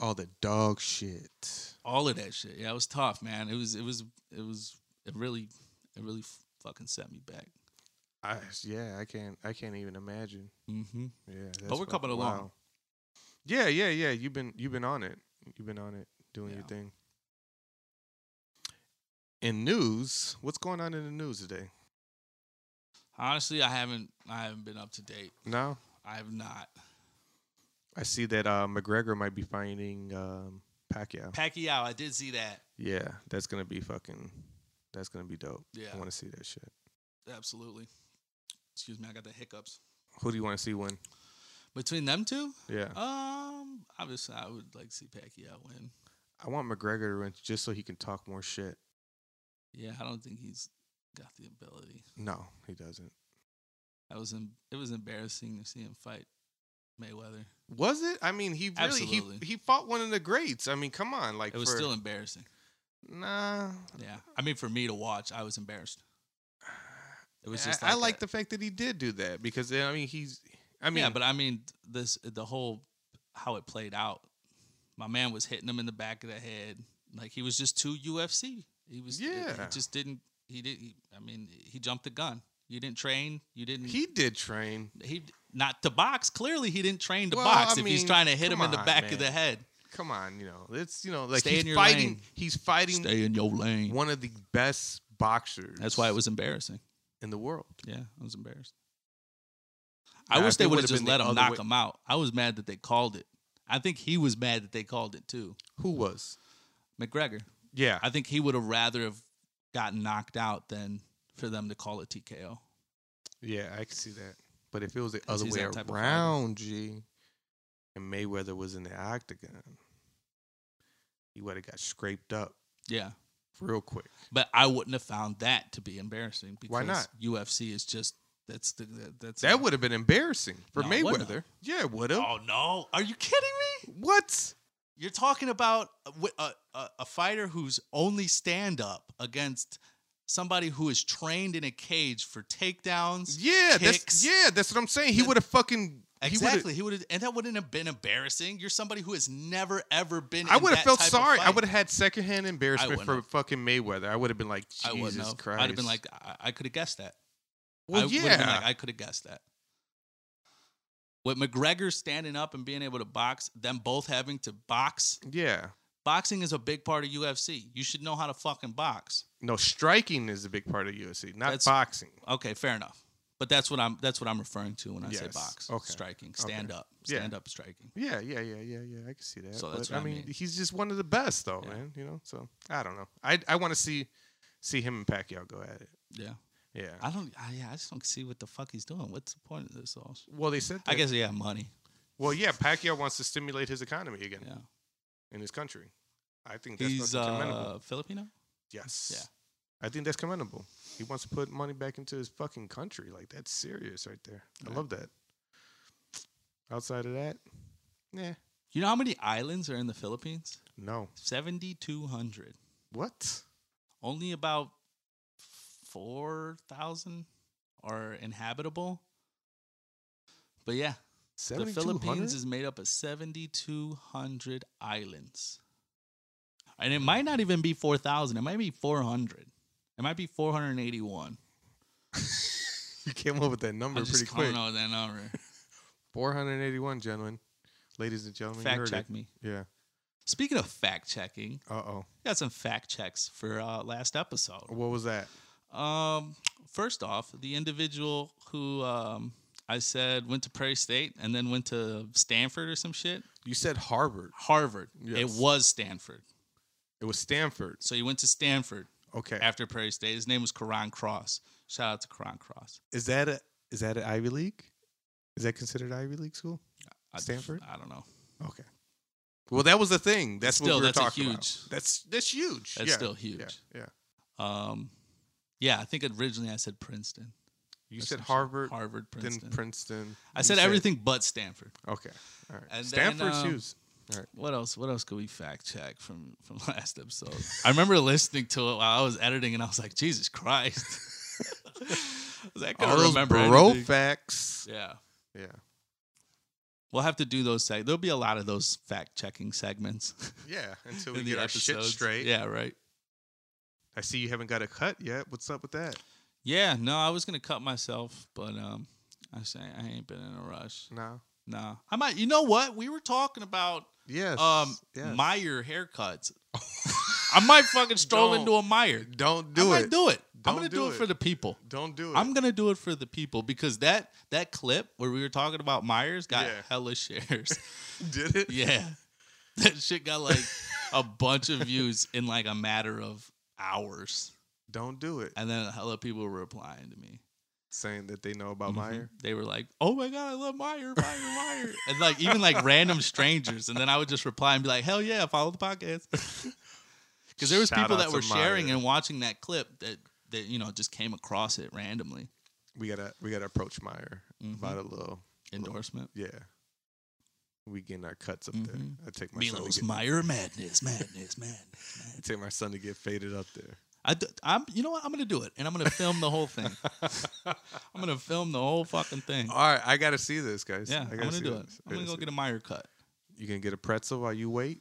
All the dog shit.
All of that shit. Yeah, it was tough, man. It was it was it was it really it really fucking set me back.
I yeah. I can't. I can't even imagine.
Mm-hmm.
Yeah,
But we're
fucking
coming along.
wild. Yeah, yeah, yeah. You've been you've been on it. You've been on it doing your
Yeah.
thing. In news, what's going on in the news today?
Honestly, I haven't I haven't been up to date.
No,
I have not.
I see that uh, McGregor might be fighting um, Pacquiao.
Pacquiao, I did see that.
Yeah, that's gonna be fucking. That's gonna be dope.
Yeah,
I want to see that shit.
absolutely. Excuse me, I got the hiccups.
Who do you want to see win?
Between them two,
Yeah,
um, obviously I would like to see Pacquiao win.
I want McGregor to win just so he can talk more shit.
Yeah, I don't think he's got the ability.
No, he doesn't.
That was em- it was embarrassing to see him fight Mayweather.
Was it? I mean, he really he,
Absolutely.
he fought one of the greats. I mean, come on, like
It was
for-
still embarrassing.
nah.
Yeah, I mean for me to watch, I was embarrassed. It was
I-
just.
I,
Like
like
a-
the fact that he did do that because then, I mean he's I mean
yeah, but I mean this the whole how it played out. My man was hitting him in the back of the head like he was just too UFC. He was
Yeah.
He just didn't. He didn't. he- I mean, he jumped the gun. You didn't train. You didn't. He,
he did train.
not to box. Clearly, he didn't train to
Well,
box.
I
if he's
mean,
trying to hit him
come
in the
on,
back of
man.
the head,
Come on, you know it's you know like
Stay in
he's
your
fighting.
lane.
He's fighting
stay in your lane.
one of the best boxers.
That's why it was embarrassing.
in the world.
Yeah, I was embarrassed. I
Nah,
wish
if
they
it
would have
would've
just
been the
let him
other
knock
way-
him out. I was mad that they called it. I think he was mad that they called it too.
Who was?
McGregor.
Yeah,
I think he would have rather have gotten knocked out than for them to call it TKO.
yeah, I can see that. But if it was the
'Cause
other
he's
way
that type of fighter.
around, G, and Mayweather was in the octagon, he would have got scraped up
Yeah.
real quick.
But I wouldn't have found that to be embarrassing because
Why
UFC is just that's the that's
That would have been embarrassing for
No, it wouldn't
Mayweather. Yeah, it would have.
Oh no. Are you kidding me?
What?
You're talking about a, wi- a, a- a fighter who's only stand up against somebody who is trained in a cage for takedowns.
Yeah,
kicks.
that's yeah, that's what I'm saying. He
The-
would have fucking he would've-
Exactly. He would have, and that wouldn't have been embarrassing. You're somebody who has never ever been.
I
in
would have
that
felt
type of
sorry. I
fight.
would have had secondhand embarrassment
wouldn't
for
have.
fucking Mayweather. I would have been like,
I wouldn't
Jesus
have.
Christ.
I'd have been like, I, I could have guessed that. I
well,
would've been
yeah,
like, I could have guessed that. With McGregor standing up and being able to box, them both having to box.
yeah.
Boxing is a big part of UFC. You should know how to fucking box.
No, striking is a big part of UFC, not
That's-
boxing.
Okay, fair enough. But that's what I'm that's what I'm referring to when I say
Yes.
box.
Okay.
Striking, stand up,
Yeah.
stand up striking.
Yeah, yeah, yeah, yeah, yeah. I can see that.
So
but,
that's
I
what I
mean,
mean.
he's just one of the best, though,
Yeah.
man. You know, so I don't know. I I want to see see him and Pacquiao go at it.
Yeah.
Yeah.
I don't I, yeah, I just don't see what the fuck he's doing. What's the point of this all?
well, they said. That,
I guess yeah, money.
Well, yeah, Pacquiao wants to stimulate his economy again
Yeah.
in his country. I think that's
He's
fucking commendable.
uh Filipino?
Yes.
Yeah.
I think that's commendable. He wants to put money back into his fucking country. Like that's serious right there. I
Yeah.
love that. Outside of that, yeah,
You know how many islands are in the Philippines?
no.
7200.
What?
only about 4,000 are inhabitable. But yeah, the
7200?
Philippines is made up of 7,200 islands. And it might not even be 4,000, it might be 400. It might be 481.
you came up with that
I'm
number
just
pretty quick.
coming up with that number.
Four hundred eighty-one, gentlemen, ladies and gentlemen. you
fact
heard it.
check me.
Yeah.
Speaking of fact checking,
Uh oh.
got some fact checks for uh, last episode.
What was that?
Um, first off, the individual who um, I said went to Prairie State and then went to Stanford or some shit.
You said Harvard.
Harvard. It
Yes.
was Stanford.
It was Stanford.
So he went to Stanford
Okay.
after Prairie State. His name was Karan Cross. Shout out to Karan Cross.
Is that a is that an Ivy League? Is that considered Ivy League school?
I-
Stanford?
I don't know.
Okay. Well, that was the thing. That's what
Still,
we were
that's a
talking
huge-
about. That's that's huge.
That's
yeah.
still huge.
Yeah, yeah.
Um, yeah, I think originally I said Princeton.
You
or some
said
shit.
Harvard,
Harvard, Princeton.
then Princeton.
I
You
said everything but Stanford.
Okay, all right.
And then,
Stanford's
um,
huge.
What else? What else could we fact check from from last episode? I remember listening to it while I was editing, and I was like, Jesus Christ! I was like, I couldn't
All those
remember
bro
anything.
facts.
Yeah,
Yeah,
we'll have to do those. Seg- There'll be a lot of those fact checking segments
yeah. Until
in
we
the
get our shit
episodes.
straight.
Yeah, right.
I see you haven't got a cut yet. What's up with that?
Yeah, no, I was gonna cut myself, but um, I say I ain't been in a rush.
No.
Nah, I might. You know what? We were talking about
Yes.
um
yes.
Meyer haircuts. I might fucking stroll
Don't.
into a Meyer.
Don't
I
do
might
it.
do it. I'm
Don't
gonna do,
do
it.
it.
for the people.
Don't do it.
I'm gonna do it for the people because that that clip where we were talking about Myers got
Yeah.
hella shares.
did it.
yeah, that shit got like a bunch of views in like a matter of hours,
Don't do it.
and then hella people were replying to me.
Saying that they know about
Mhm.
Meyer.
They were like, "Oh my god, I love Meyer, Meyer, Meyer," and like even like random strangers. And then I would just reply and be like, "Hell yeah, follow the podcast," because there was
Shout
people
out
that
to
were sharing
Meyer.
and watching that clip that that you know just came across it randomly.
We gotta we gotta approach Meyer
Mhm.
about a little.
Endorsement.
Yeah. We getting our cuts up there.
Mhm.
I take my son to
Milos
get,
Meyer madness, madness, madness.
I
madness.
take my son to get faded up there.
I, d- I'm, you know what? I'm gonna do it, and I'm gonna film the whole thing. I'm gonna film the whole fucking thing.
All right, I gotta see this, guys. I
Yeah, I'm
gotta
gonna
see
do it.
this. I
I'm
gotta
gonna go
see
get a Meyer cut.
it. You can get a pretzel while you wait.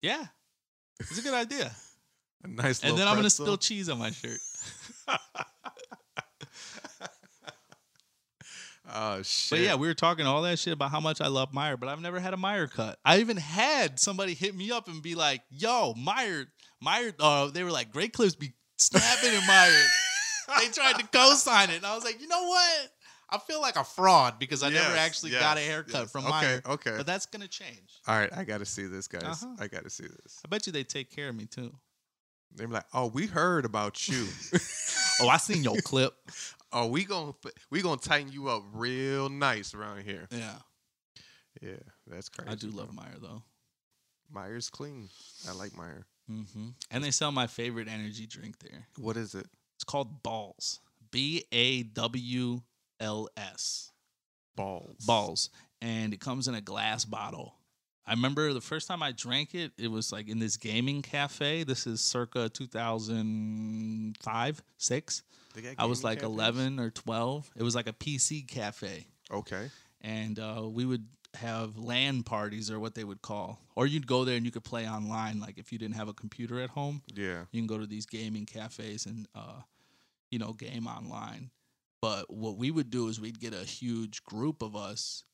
Yeah, it's a good idea.
A nice
and
little
then I'm gonna
pretzel.
spill cheese on my shirt.
Oh shit!
But yeah, we were talking all that shit about how much I love Meyer, but I've never had a Meyer cut. I even had somebody hit me up and be like, "Yo, Meyer, Meyer." Uh, they were like, "Great clips be snapping at Meyer." they tried to co-sign it, and I was like, "You know what? I feel like a fraud because I never
Yes,
actually got a
yes,
haircut
yes.
from
okay,
Meyer."
Okay.
But that's gonna change.
All right, I gotta see this, guys.
Uh-huh.
I gotta see this.
I bet you they take care of me too.
They're like, "Oh, we heard about you.
Oh, I seen your clip.
oh, we gonna put- we gonna tighten you up real nice around here."
Yeah,
Yeah, that's crazy.
I do
bro.
love Meyer though.
Meyer's clean. I like Meyer.
Mm-hmm. And they sell my favorite energy drink there.
What is it?
It's called Balls. B A W L S.
Balls.
Balls. And it comes in a glass bottle. I remember the first time I drank it, it was like in this gaming cafe. This is circa 2005, 6.
They got
I was
gaming
like
cafes?
11 or 12. It was like a PC cafe.
Okay.
And uh, we would have LAN parties or what they would call. Or you'd go there and you could play online. Like if you didn't have a computer at home,
Yeah.
you can go to these gaming cafes and, uh, you know, game online. But what we would do is we'd get a huge group of us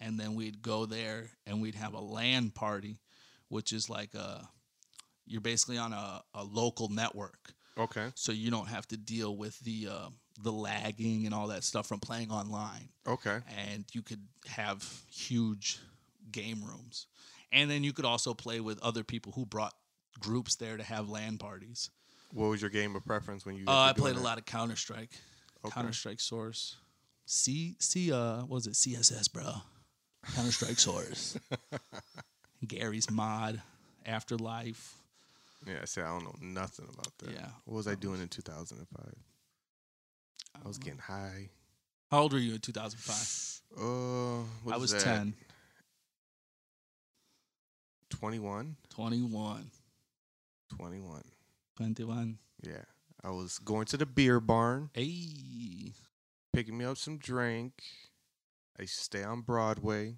and then we'd go there and we'd have a LAN party, which is like a, you're basically on a, a local network
Okay.
so you don't have to deal with the uh, the lagging and all that stuff from playing online
Okay.
and you could have huge game rooms and then you could also play with other people who brought groups there to have LAN parties
What was your game of preference when you?
uh, i played a lot of counter-strike
Okay.
counter-strike source c c uh what was it css bro counter-strike source gary's mod afterlife
Yeah. See, I don't know nothing about that.
yeah
What was I doing in 2005? I
Uh-huh.
was getting high.
Um, how old were you in 2005
Uh, what
i was
that?
10
21?
21
21.
21.
Yeah. I was going to the beer barn,
Hey.
picking me up some drink. I used to stay on Broadway.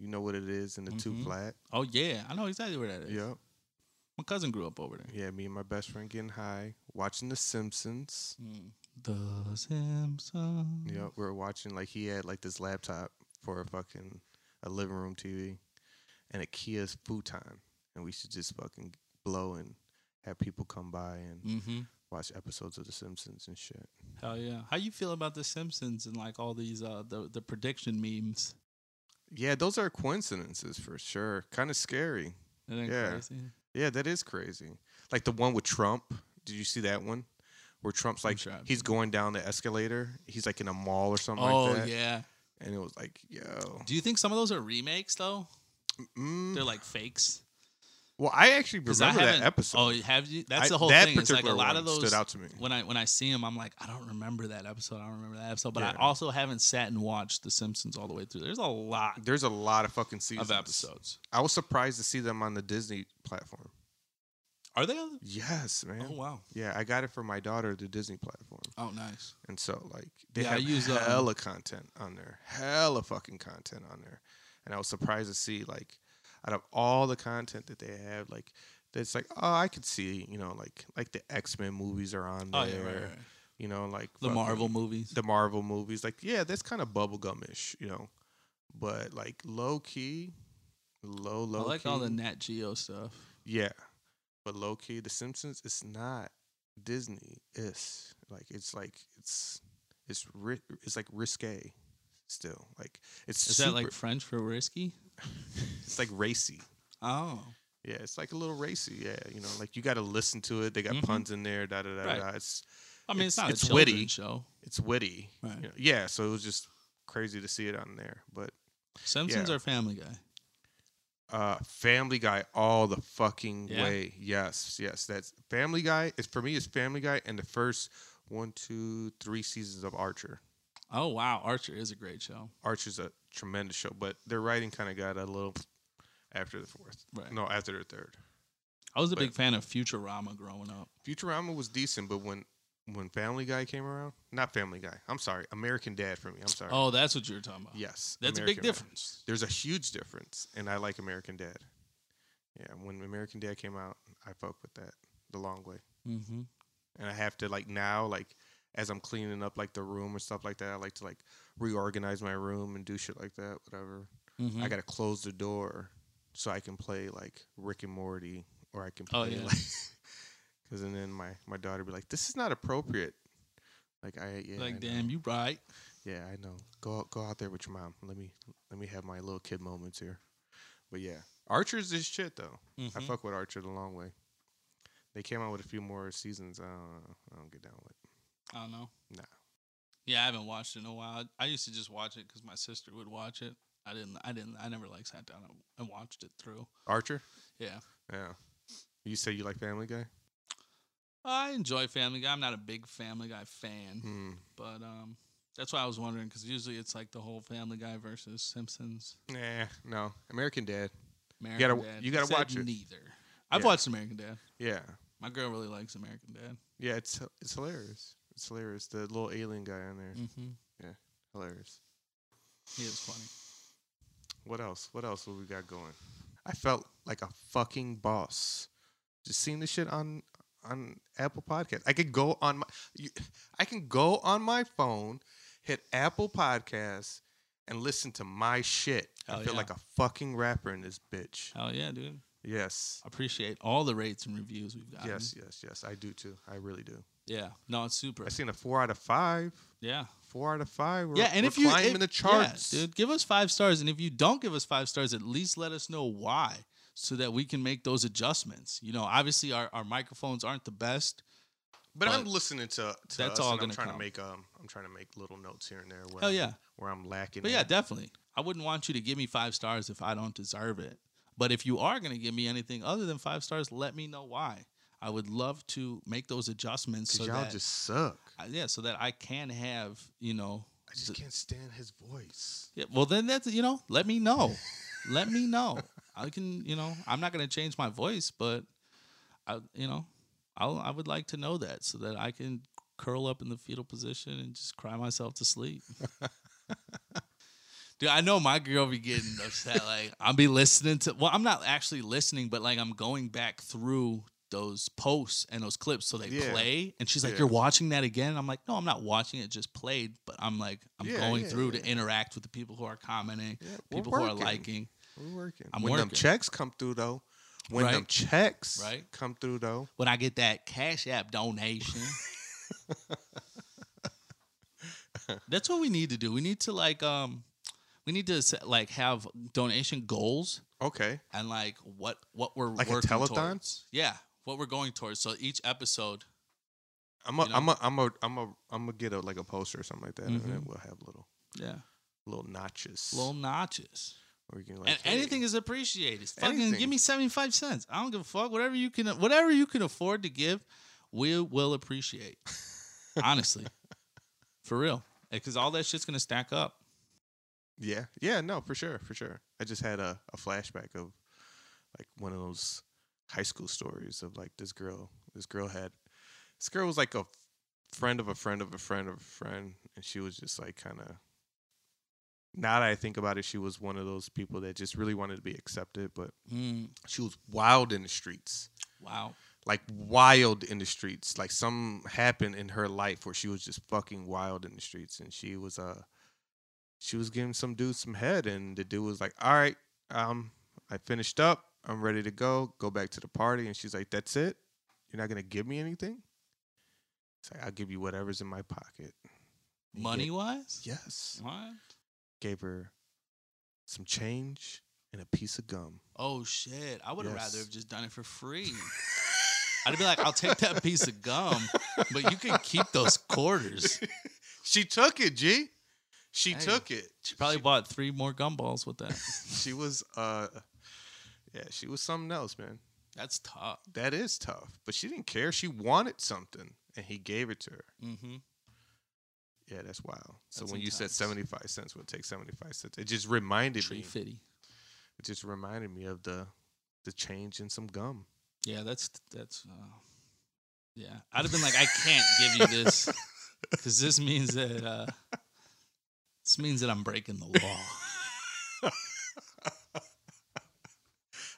You know what it is in the two
Mhm.
flat.
Oh, yeah. I know exactly where that is.
Yep.
My cousin grew up over there.
Yeah, me and my best friend getting high, watching The Simpsons.
Mm. The Simpsons.
Yep, we were watching like he had like this laptop for a fucking a living room TV and a Kia's futon, and we should just fucking blow and have people come by and
Mm-hmm.
watch episodes of The Simpsons and shit.
Hell yeah. How you feel about The Simpsons and like all these, uh, the, the prediction memes?
Yeah, those are coincidences for sure. Kind of scary.
Isn't that
Yeah.
crazy?
Yeah, that is crazy. Like the one with Trump. Did you see that one? Where Trump's
I'm
like
sure I've
he's going down the escalator. He's like in a mall or something
oh,
like that.
yeah.
And it was like, yo.
Do you think some of those are remakes, though?
Mm.
They're like fakes?
Well, I actually
'Cause I
remember that
haven't-
episode.
Oh, have you? That's
I-
the whole
that
thing. It's like a
particular
lot one of those.
stood out to me.
When I when I see them, I'm like, I don't remember that episode. I don't remember that episode. But I
Yeah.
also haven't sat and watched The Simpsons all the way through. There's a lot
There's a lot of fucking seasons.
of episodes.
I was surprised to see them on the Disney platform.
Are they? Other?
Yes, man.
Oh wow!
Yeah, I got it for my daughter the Disney platform,
Oh nice.
and so like they
Yeah, I
have
use, um,
hella content on there, hella fucking content on there, and I was surprised to see like out of all the content that they have, like that's like oh I could see you know like like the X Men movies are on there,
Oh yeah, right, right, right.
you know like
The
fucking-
Marvel movies.
the Marvel movies. Like, yeah, that's kind of bubblegumish, you know. But like low key, low low.
I like all the
key,
Nat Geo stuff.
yeah, but low key, The Simpsons. It's not Disney. It's like it's like it's it's ri- it's like risque still. Like it's
Is that
super-
like French for risky?
it's like racy.
Oh,
Yeah, it's like a little racy. Yeah, you know, like you got to listen to it. They got
Mhm.
puns in there. Da da da
Right.
da. It's
I mean,
It's-
it's, not
it's
a children's
witty.
show.
it's witty.
Right.
you know. Yeah, so it was just crazy to see it on there, but.
Simpsons
Yeah.
or Family Guy?
Uh, Family Guy all the fucking
Yeah?
way. Yes, yes. That's Family Guy. It's for me. It's Family Guy and the first one, two, three seasons of Archer.
Oh wow, Archer is a great show.
Archer's a tremendous show, but their writing kind of got a little after the fourth.
Right.
No, after the third.
I was a
but-
big fan of Futurama growing up.
Futurama was decent, but when when Family Guy came around, not Family Guy. I'm sorry, American Dad for me. I'm sorry.
Oh, that's what you were talking about.
yes,
that's a
American
big
Dad.
difference.
There's a huge difference, and I like American Dad. Yeah, when American Dad came out, I fuck with that the long way.
Mm-hmm.
and I have to like now like as I'm cleaning up like the room or stuff like that, I like to like reorganize my room and do shit like that, whatever.
Mm-hmm.
I gotta close the door so I can play like Rick and Morty or I can play
Oh, yeah.
like because and then my my daughter be like, this is not appropriate. Like I yeah I
like,
know.
damn, you right.
yeah I know go out, go out there with your mom. Let me let me have my little kid moments here. But yeah, Archer's this shit though. I
Mhm.
fuck with Archer the long way. They came out with a few more seasons. I don't, I don't get down with.
I don't know.
Nah.
Yeah, I haven't watched it in a while. I used to just watch it because my sister would watch it. I didn't. I didn't. I never like sat down and, and watched it through.
Archer?
Yeah.
Yeah. You say you like Family Guy?
I enjoy Family Guy. I'm not a big Family Guy fan,
Hmm.
but um, that's why I was wondering because usually it's like the whole Family Guy versus Simpsons.
Nah, no. American Dad. gotta-
American Dad.
you gotta
Said
watch it.
Neither. I've
Yeah.
watched American Dad.
Yeah,
My girl really likes American Dad.
yeah. It's it's hilarious. It's hilarious. The little alien guy on there,
Mm-hmm.
hilarious.
He is funny.
What else? What else? What we got going? I felt like a fucking boss. Just seeing this shit on on Apple Podcast. I could go on my, you, I can go on my phone, hit Apple Podcasts, and listen to my shit. I
Hell
feel
yeah.
like a fucking rapper in this bitch.
Hell yeah, dude.
Yes,
Appreciate all the rates and reviews we've gotten.
yes, yes, yes. I do too. I really do.
Yeah. No, it's super.
I seen a four out of five.
Yeah.
Four out of five. We're,
yeah, and
we're
if you
climbing
if-
the charts,
yeah, dude, give us five stars. And if you don't give us five stars, at least let us know why, so that we can make those adjustments. You know, obviously our, our microphones aren't the best.
But, I'm
But
listening to, to us,
that's
and
all
I'm
gonna
trying
come.
to make um I'm trying to make little notes here and there where
Hell
I'm-
yeah.
where I'm lacking.
But yeah,
at.
definitely. I wouldn't want you to give me five stars if I don't deserve it. But if you are going to give me anything other than five stars, let me know why. I would love to make those adjustments
'Cause
so
y'all
that
just suck.
I- yeah, so that I can have you know.
I just
the-
can't stand his voice.
yeah, well, then that's you know. Let me know. let me know. I can you know. I'm not going to change my voice, but I you know, I I would like to know that so that I can curl up in the fetal position and just cry myself to sleep. Dude, I know my girl be getting upset. Like I'll be listening to. Well, I'm not actually listening, but like I'm going back through those posts and those clips so they
Yeah.
play and she's like
Yeah.
you're watching that again and i'm like no i'm not watching it it just played but i'm like i'm
Yeah,
going
yeah,
through to
yeah.
interact with the people who are commenting
Yeah, we're
people who are
working.
liking
We're working.
I'm
when them
working.
checks come through though, when them
Right.
checks
Right.
come through though,
when i get that cash app donation that's what we need to do we need to like um we need to set, like have donation goals
okay,
and like what what we're
Like a
working
telethon?
towards. Yeah, what we're going towards. So each episode,
I'm a,
You know?
I'm a, I'm a, I'm a, I'm gonna get a like a poster or something like that, and then
Mhm.
we'll have little
yeah,
little notches.
little notches.
where you can like
And
hey,
anything is appreciated. Fucking give
Anything.
me seventy five cents. I don't give a fuck. Whatever you can, whatever you can afford to give, we will appreciate. Honestly, for real, because all that shit's gonna stack up.
Yeah, yeah, no, for sure, for sure. I just had a, a flashback of like one of those high school stories of like this girl. This girl had this girl was like a friend of a friend of a friend of a friend, and she was just like kind of. Now that I think about it, she was one of those people that just really wanted to be accepted, but
Mm,
she was wild in the streets,
wow.
like wild in the streets. Like something happened in her life where she was just fucking wild in the streets, and she was uh she was giving some dude some head, and the dude was like, "All right, um, I finished up. I'm ready to go. Go back to the party." And she's like, "That's it. You're not gonna give me anything." It's like, "I'll give you whatever's in my pocket." He
Money
gave-
wise,
yes.
what?
Gave her some change and a piece of gum.
Oh shit! I would have
Yes.
rather have just done it for free. I'd be like, I'll take that piece of gum, but you can keep those quarters.
She took it, G. She
Hey.
took it.
She probably
She-
bought three more gumballs with that.
she was uh yeah she was something else man
That's tough.
that is tough but she didn't care she wanted something and he gave it to her
Mm-hmm.
yeah that's wild so
That's
when you said
intense.
75 cents would take 75 cents it just reminded
Tree
me
fitty.
it just reminded me of the the change in some gum
Yeah, that's that's. Uh, yeah, I'd have been like, I can't give you this because this means that uh, this means that I'm breaking the law.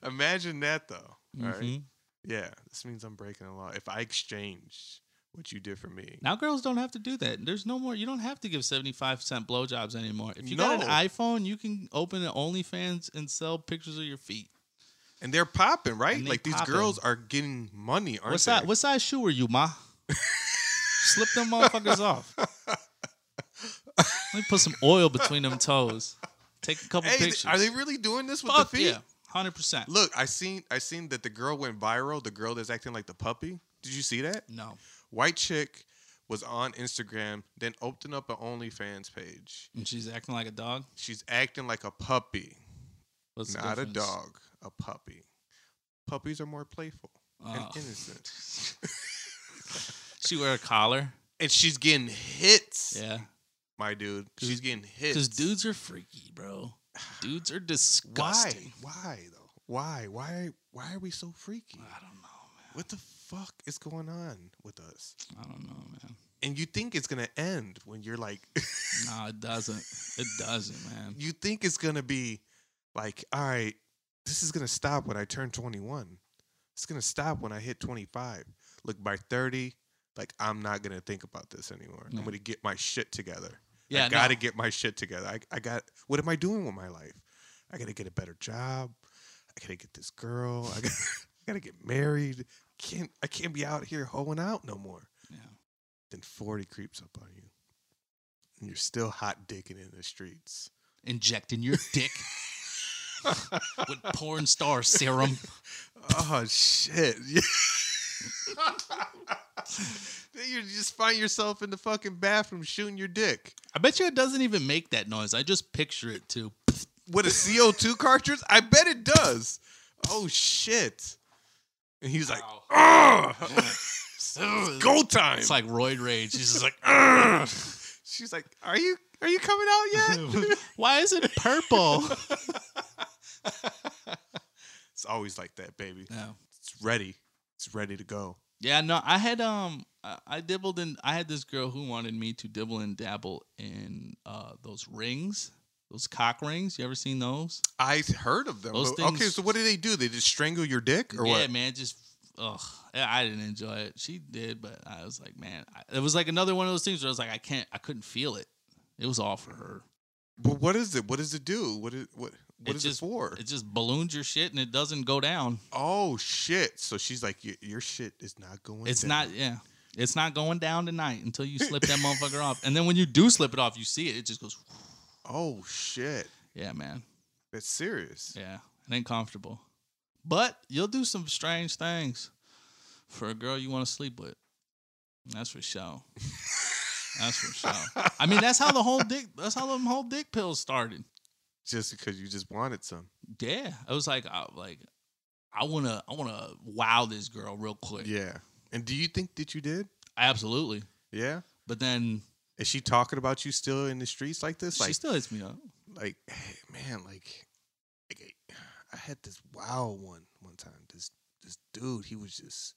imagine that though all right
Mhm.
yeah this means i'm breaking the law if i exchange what you did for me
Now girls don't have to do that. There's no more. You don't have to give 75 cent blowjobs anymore. If you got an
No.
iPhone, you can open an OnlyFans and sell pictures of your feet.
and they're popping right
And they
like these
popping.
girls are getting money aren't
What
they
size, what size shoe were you, ma? Slip them motherfuckers off. Let me put some oil between them toes. Take a couple
hey th-
pictures.
are they really doing this with
Fuck
the feet
yeah, hundred percent.
Look, I seen I seen that the girl went viral. The girl that's acting like the puppy. Did you see that?
No,
White chick was on Instagram, then opened up an OnlyFans page.
and she's acting like a dog.
She's acting like a puppy,
What's the
not a
difference?
dog, a puppy. Puppies are more playful and
Oh.
innocent.
She wear a collar.
And she's getting hits,
Yeah,
my dude. She's getting hits.
because dudes are freaky, bro. Dudes are
why?
disgusting.
Why though? Why? Why? Why are we so freaky?
I don't know,
What the fuck is going on with us?
man. I don't know, man.
And you think it's gonna end when you're like,
No, it doesn't. It doesn't, man.
you think it's gonna be like, all right, this is gonna stop when I turn 21. It's gonna stop when I hit 25. Look, by 30, like I'm not gonna think about this anymore.
Yeah.
I'm gonna get my shit together.
Yeah,
I
no.
gotta get my shit together. I, I got what am I doing with my life? I gotta get a better job. I gotta get this girl. I gotta, I gotta get married. Can't I can't be out here hoeing out no more.
Yeah.
Then 40 creeps up on you. And you're still hot dicking in the streets.
Injecting your dick with porn star serum.
Oh shit. Yeah. then you just find yourself in the fucking bathroom shooting your dick.
I bet you it doesn't even make that noise. I just picture it too.
with a CO2 cartridge? I bet it does. Oh shit. And he's like,
Wow.
"Ugh, go time.
It's like roid rage. He's just like,
"Ugh." She's like, are you are you coming out yet?
why is it purple?
it's always like that, baby.
Yeah.
It's ready. It's ready to go.
Yeah, no, I had um, I I dibbled in. I had this girl who wanted me to dibble and dabble in uh those rings, those cock rings. You ever seen those?
I heard of them.
Those
but- okay,
things-
so what do they do? They just strangle your dick or
yeah,
what?
man, just ugh. Yeah, I didn't enjoy it. She did, but I was like, man, I, it was like another one of those things where I was like, I can't, I couldn't feel it. It was all for her.
But what is it? What does it do? What is what what
It
is
just-
it for?
It just balloons your shit and it doesn't go down.
Oh shit. So she's like, "Y- your shit is not going
It's
down."
not, yeah. It's not going down tonight until you slip that motherfucker off. And then when you do slip it off, you see it. It just goes,
Oh shit.
yeah, man.
That's serious.
Yeah, it ain't comfortable. But you'll do some strange things for a girl you want to sleep with. That's for sure. that's for sure. I mean, that's how the whole dick. That's how them whole dick pills started.
just because you just wanted some.
Yeah, I was like, I, like, I wanna, I wanna wow this girl real quick.
Yeah. And do you think that you did?
absolutely.
Yeah.
But then
Is she talking about you still in the streets like this?
she
Like,
still hits me up.
like, hey, man, like, like, I had this wild one one time. This this dude, he was just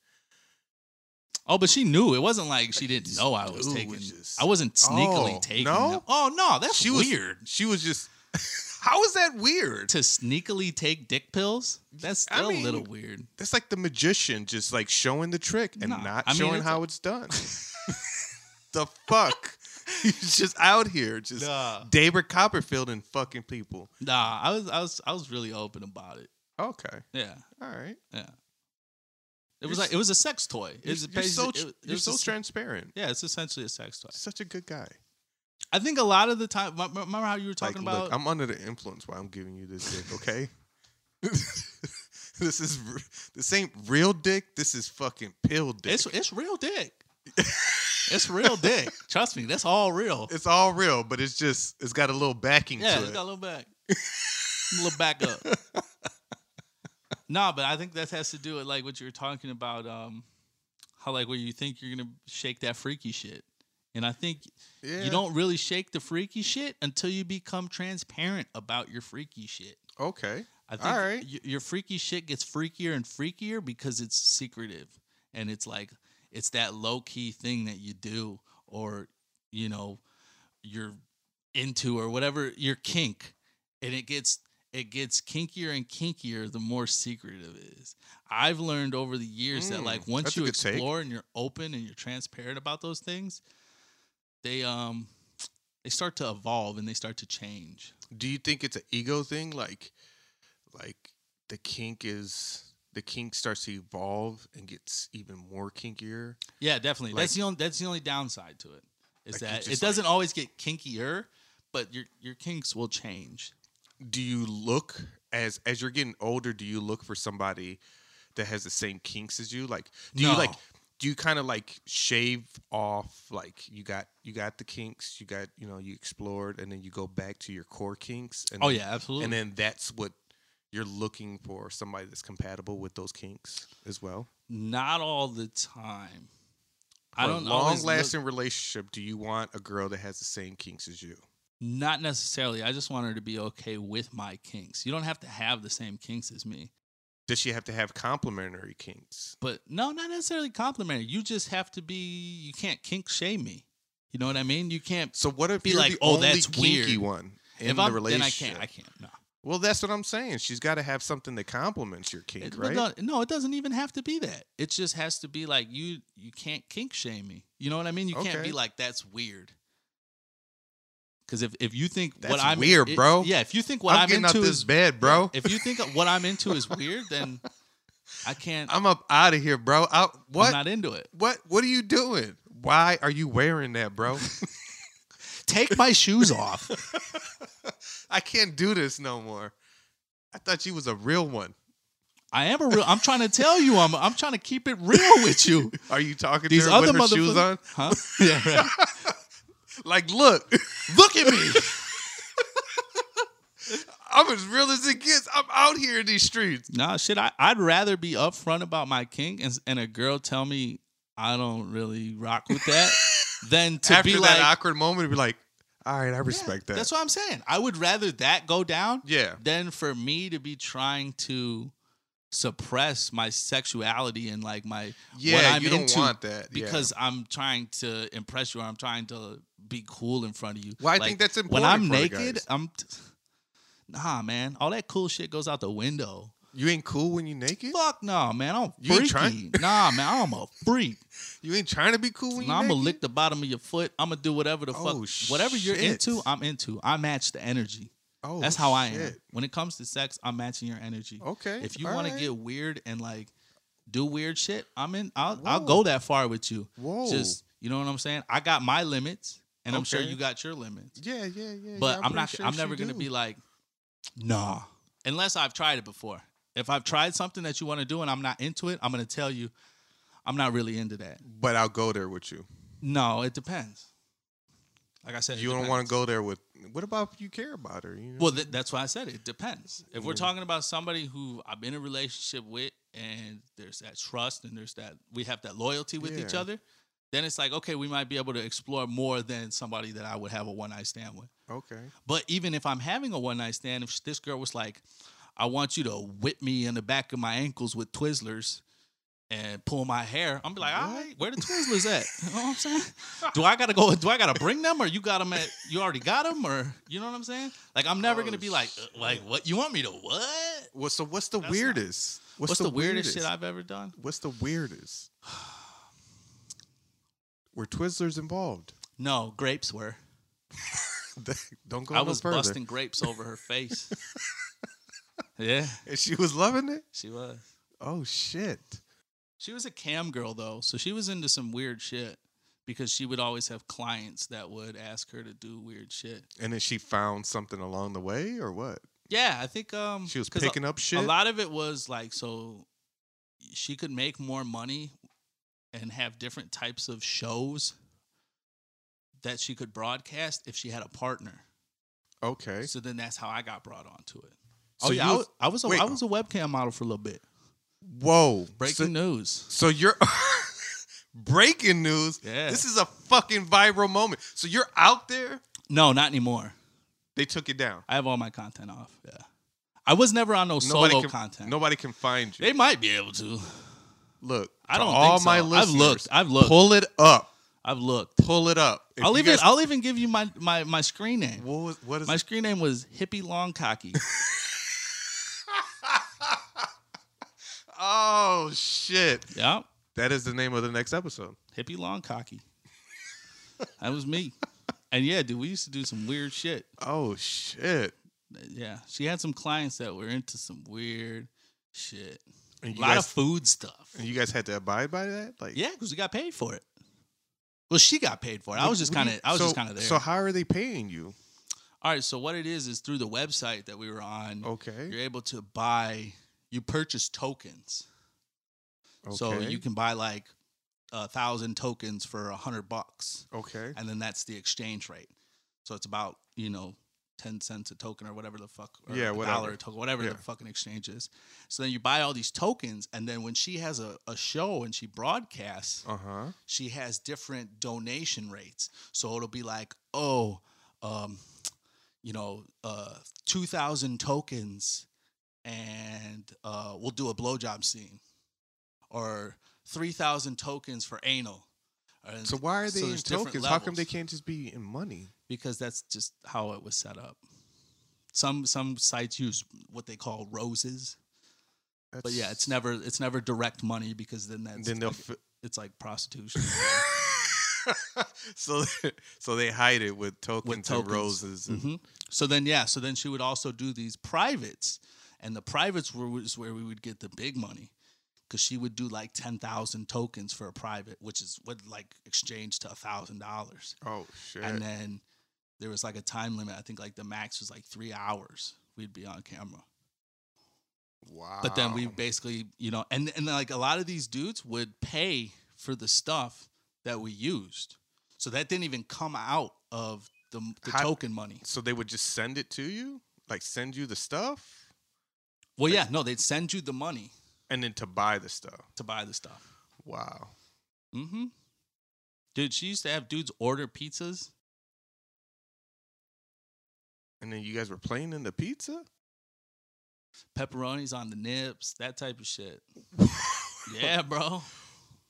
Oh, but she knew. It wasn't like she
Like,
didn't
this
know I was
dude
taking.
was just-
I wasn't sneakily
Oh,
taking.
no?
them. Oh no, that's
she was
weird.
She was just. How is that weird?
to sneakily take dick pills that's
I
still a little
mean,
weird
That's like the magician just like showing the trick and
Nah,
not
I mean,
showing
it's-
how it's done. the fuck. He's just out here, just
nah.
David Copperfield and fucking people.
nah i was i was i was really open about it
Okay,
yeah
all right.
yeah it was
You're
like it was a sex toy it
You're,
was
you're so
basi-
tr-
it- it
you're
was
so
a-
transparent.
yeah it's essentially a sex toy
Such a good guy.
i think a lot of the time m- m- remember how you were talking
like,
about
look, I'm under the influence while I'm giving you this dick. Okay, this is r- this ain't real dick. This is fucking pill dick.
it's it's real dick it's real dick trust me that's all real
It's all real, but it's just it's got a little backing
yeah
to
it's
it.
got a little back a little back up nah but i think that has to do with like what you were talking about um how like where you think you're gonna shake that freaky shit and i think
yeah.
You don't really shake the freaky shit until you become transparent about your freaky shit.
Okay.
I think
All right.
y- your freaky shit gets freakier and freakier because it's secretive and it's like it's that low key thing that you do or you know you're into or whatever your kink and it gets it gets kinkier and kinkier the more secretive it is. I've learned over the years that
Mm,
like once
that's a
you
good take.
explore and you're open and you're transparent about those things, they um they start to evolve and they start to change.
Do you think it's an ego thing? Like, like the kink is the kink starts to evolve and gets even more kinkier.
Yeah, definitely.
Like-
that's the only that's the only downside to it is
Like, you
that it
just,
doesn't always get kinkier, but your your kinks will change.
do you look as as you're getting older do you look for somebody that has the same kinks as you like do you
No.
like do you kind of like shave off like you got you got the kinks you got you know you explored and then you go back to your core kinks and
Oh
then-
yeah, absolutely.
and then that's what you're looking for somebody that's compatible with those kinks as well
not all the time.
for
I don't
a
always
long
look-
lasting relationship do you want a girl that has the same kinks as you
Not necessarily. I just want her to be okay with my kinks. You don't have to have the same kinks as me.
Does she have to have complementary kinks?
But no, not necessarily complimentary. You just have to be. You can't kink shame me. You know what I mean? You can't.
So what if
Be
you're
like,
the
"Oh,
only
that's
kinky
weird."
one in
if
the
I'm, then I
relationship?
can't. I can't. No.
Well, that's what I'm saying. She's got to have something that complements your kink,
It- but
right?
no, no, it doesn't even have to be that. It just has to be like you. You can't kink shame me. You know what I mean? You can't
Okay.
be like that's weird. Because if, if you think what
That's
I'm
weird,
it-
bro.
yeah, if you think what
I'm,
I'm,
getting
into
out this
is
bed, bro.
if you think what I'm into is weird, then I can't.
I'm
I'm,
up out of here, bro. Out Uh, what?
not into it.
what? What are you doing? Why are you wearing that, bro?
Take my shoes off.
I can't do this no more. I thought you was a real one.
I am a real. I'm trying to tell you. I'm. I'm trying to keep it real with you.
Are you talking
These
to her
other
with her shoes
motherfuckers.
on?
Huh? Yeah. Right.
Like, look,
Look at me.
I'm as real as it gets. I'm out here in these streets.
Nah, shit. I, I'd rather be upfront about my kink and, and a girl tell me I don't really rock with that than to
After
be
that
like.
awkward moment, to be like, all right, I
"Yeah,
respect that.
That's what I'm saying. I would rather that go down
yeah.
than for me to be trying to suppress my sexuality and like my what
Yeah,
I'm
you
into
don't want that yeah.
because I'm trying to impress you or I'm trying to be cool in front of you.
Well, I
Like,
think that's important.
when I'm
for the
naked,
guys.
I'm t- nah, man. All that cool shit goes out the window.
you ain't cool when you naked.
Fuck no, man. I'm
You ain't
freaky.
trying-
nah, man. I'm a freak.
You ain't trying to be cool when you
Nah, I'm
naked.
gonna lick the bottom of your foot. I'm gonna do whatever the
Oh,
fuck, whatever you're
shit.
into. I'm into. I match the energy.
oh,
That's how I am.
shit.
When it comes to sex, I'm matching your energy.
Okay.
If you
all
want to
right.
get weird and like do weird shit, I'm in. I'll I'll
Whoa.
go that far with you.
whoa,
Just you know what I'm saying. I got my limits, and I'm sure
Okay.
you got your limits.
yeah, yeah, yeah.
But
yeah,
I'm not.
pretty sure
I'm never
she
gonna
do.
be like, nah, unless I've tried it before. If I've tried something that you want to do and I'm not into it, I'm gonna tell you, I'm not really into that.
But I'll go there with you.
No, it depends. Like I said, it
You don't want
depends.
to go there with. What about if you care about her? You know?
Well, th- that's why I said it depends. If we're
Yeah.
talking about somebody who I'm in a relationship with and there's that trust and there's that we have that loyalty with each
Yeah.
other, then it's like, okay, we might be able to explore more than somebody that I would have a one night stand with.
okay.
But even if I'm having a one night stand, if this girl was like, I want you to whip me in the back of my ankles with Twizzlers and pull my hair, I'm be like, all
What?
right, where the Twizzlers at? You know what I'm saying? Do I gotta go? Do I gotta bring them, or you got them at? You already got them, or you know what I'm saying? Like I'm never
Oh,
gonna be like, uh,
shit.
like what? You want me to what? What's,
Well, so what's the
That's not-
weirdest? what's,
the, weirdest, shit I've ever done?
What's the weirdest? Were Twizzlers involved?
No, grapes were.
don't go
I
no
was
further.
busting grapes over her face. yeah,
And she was loving it.
she was.
Oh shit!
She was a cam girl though, so she was into some weird shit because she would always have clients that would ask her to do weird shit.
And then she found something along the way, or what?
Yeah, I think um
She was
'cause a-
picking up shit.
A lot of it was like so she could make more money and have different types of shows that she could broadcast if she had a partner.
Okay.
So then that's how I got brought onto it.
So
oh yeah,
you
I
was-
was, I was a,
wait.
I was a webcam model for a little bit.
Whoa!
Breaking
So,
news.
so you're breaking news.
Yeah.
This is a fucking viral moment. So you're out there.
No, not anymore.
They took it down.
I have all my content off. Yeah. I was never on no Oh, solo
can,
content.
Nobody can find you.
They might be able to.
Look,
I
to
don't
all
think so.
my
I've
listeners.
looked. I've looked.
Pull it up.
I've looked.
Pull it up. If
I'll
you
even
guys-
I'll even give you my my my screen name.
what, was, what is
My screen name was Hippie Long Cocky.
Oh shit!
yep.
That is the name of the next episode.
Hippie Long Cocky. That was me. And yeah, dude, we used to do some weird shit.
Oh shit!
Yeah. She had some clients that were into some weird shit.
And
A
you
lot
guys,
of food stuff.
and you guys had to abide by that. Like,
Yeah, because we got paid for it. Well, she got paid for it. I
What-
was just
what
kind
do
of
you-
I was
so,
just kind of there.
So how are they paying you?
All right, so what it is is through the website that we were on,
Okay.
you're able to buy, you purchase tokens.
okay.
So you can buy like a thousand tokens for a hundred bucks,
Okay.
and then that's the exchange rate. So it's about you know ten cents a token or whatever the fuck, or
Yeah,
a dollar
whatever.
a token, whatever
Yeah.
the fucking exchange is. So then you buy all these tokens, and then when she has a, a show and she broadcasts,
Uh huh.
she has different donation rates. So it'll be like, oh, um, you know, uh, 2,000 tokens and uh, we'll do a blowjob scene or 3,000 tokens for anal. And
So why are
so
they in
there's different
tokens? How come
levels.
they can't just be in money?
because that's just how it was set up. Some some sites use what they call roses,
That's,
but yeah, it's never it's never direct money because then that's
Then they'll.
like- it's like prostitution.
fi- so so they hide it with tokens,
tokens.
and roses. And,
hmm So then yeah, so then she would also do these privates, and the privates were was where we would get the big money because she would do like ten thousand tokens for a private, which is would like exchange to a thousand dollars.
Oh shit!
Mm-hmm. and then there was like a time limit. I think like the max was like three hours. We'd be on camera,
wow.
but then we basically, you know, and and like a lot of these dudes would pay for the stuff that we used, so that didn't even come out of the, the
How-
token money.
So they would just send it to you, like send you the stuff,
Well, yeah, no, they'd send you the money
and then to buy the stuff.
to buy the stuff.
Wow.
Mm-hmm. Dude, she used to have dudes order pizzas.
And then you guys were playing in the pizza.
Pepperonis on the nips, that type of shit. Yeah, bro.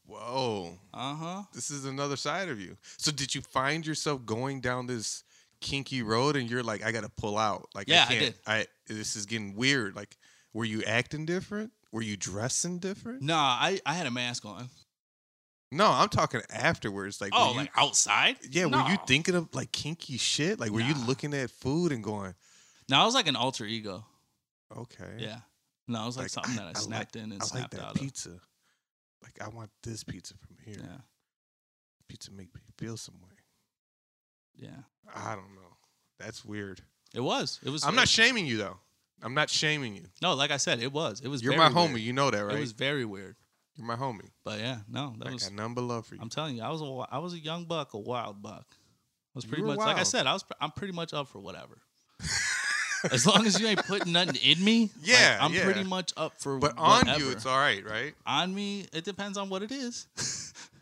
Whoa.
Uh huh.
This is another side of you. So did you find yourself going down this kinky road, and you're like, I gotta pull out. Like,
Yeah, I
I can't.
did.
I, this is getting weird. Like, were you acting different? Were you dressing different?
Nah, I, I had a mask on.
No, I'm talking afterwards. Like,
Oh,
were you,
like outside?
yeah, were you
No.
thinking of like kinky shit? Like, were you
Nah.
looking at food and going,
No, I was like an alter ego.
okay,
Yeah. No, it was like,
Like,
something
I-
that
I
I,
like-
snapped in and
I like
snapped
that
out
pizza. Like, I want this pizza from here.
of. Yeah.
Pizza make me feel some way.
Yeah.
I don't know. That's weird.
It was. It was.
I'm
very-
not shaming you though. I'm not shaming you.
No, like I said, it was. It was.
You're my
very
homie.
weird.
You know that, right?
It was very weird.
You're my homie.
But yeah, no, that
I
was.
got nothing but love for you.
I'm telling you, I was a, wi- I was a young buck, a wild buck. I was
You
pretty
were
much like I
wild.
said, I was. pr- I'm pretty much up for whatever. as long as you ain't putting nothing in me, like,
Yeah,
I'm
yeah.
pretty much up for.
but on you,
whatever.
it's all right, right?
on me. It depends on what it is.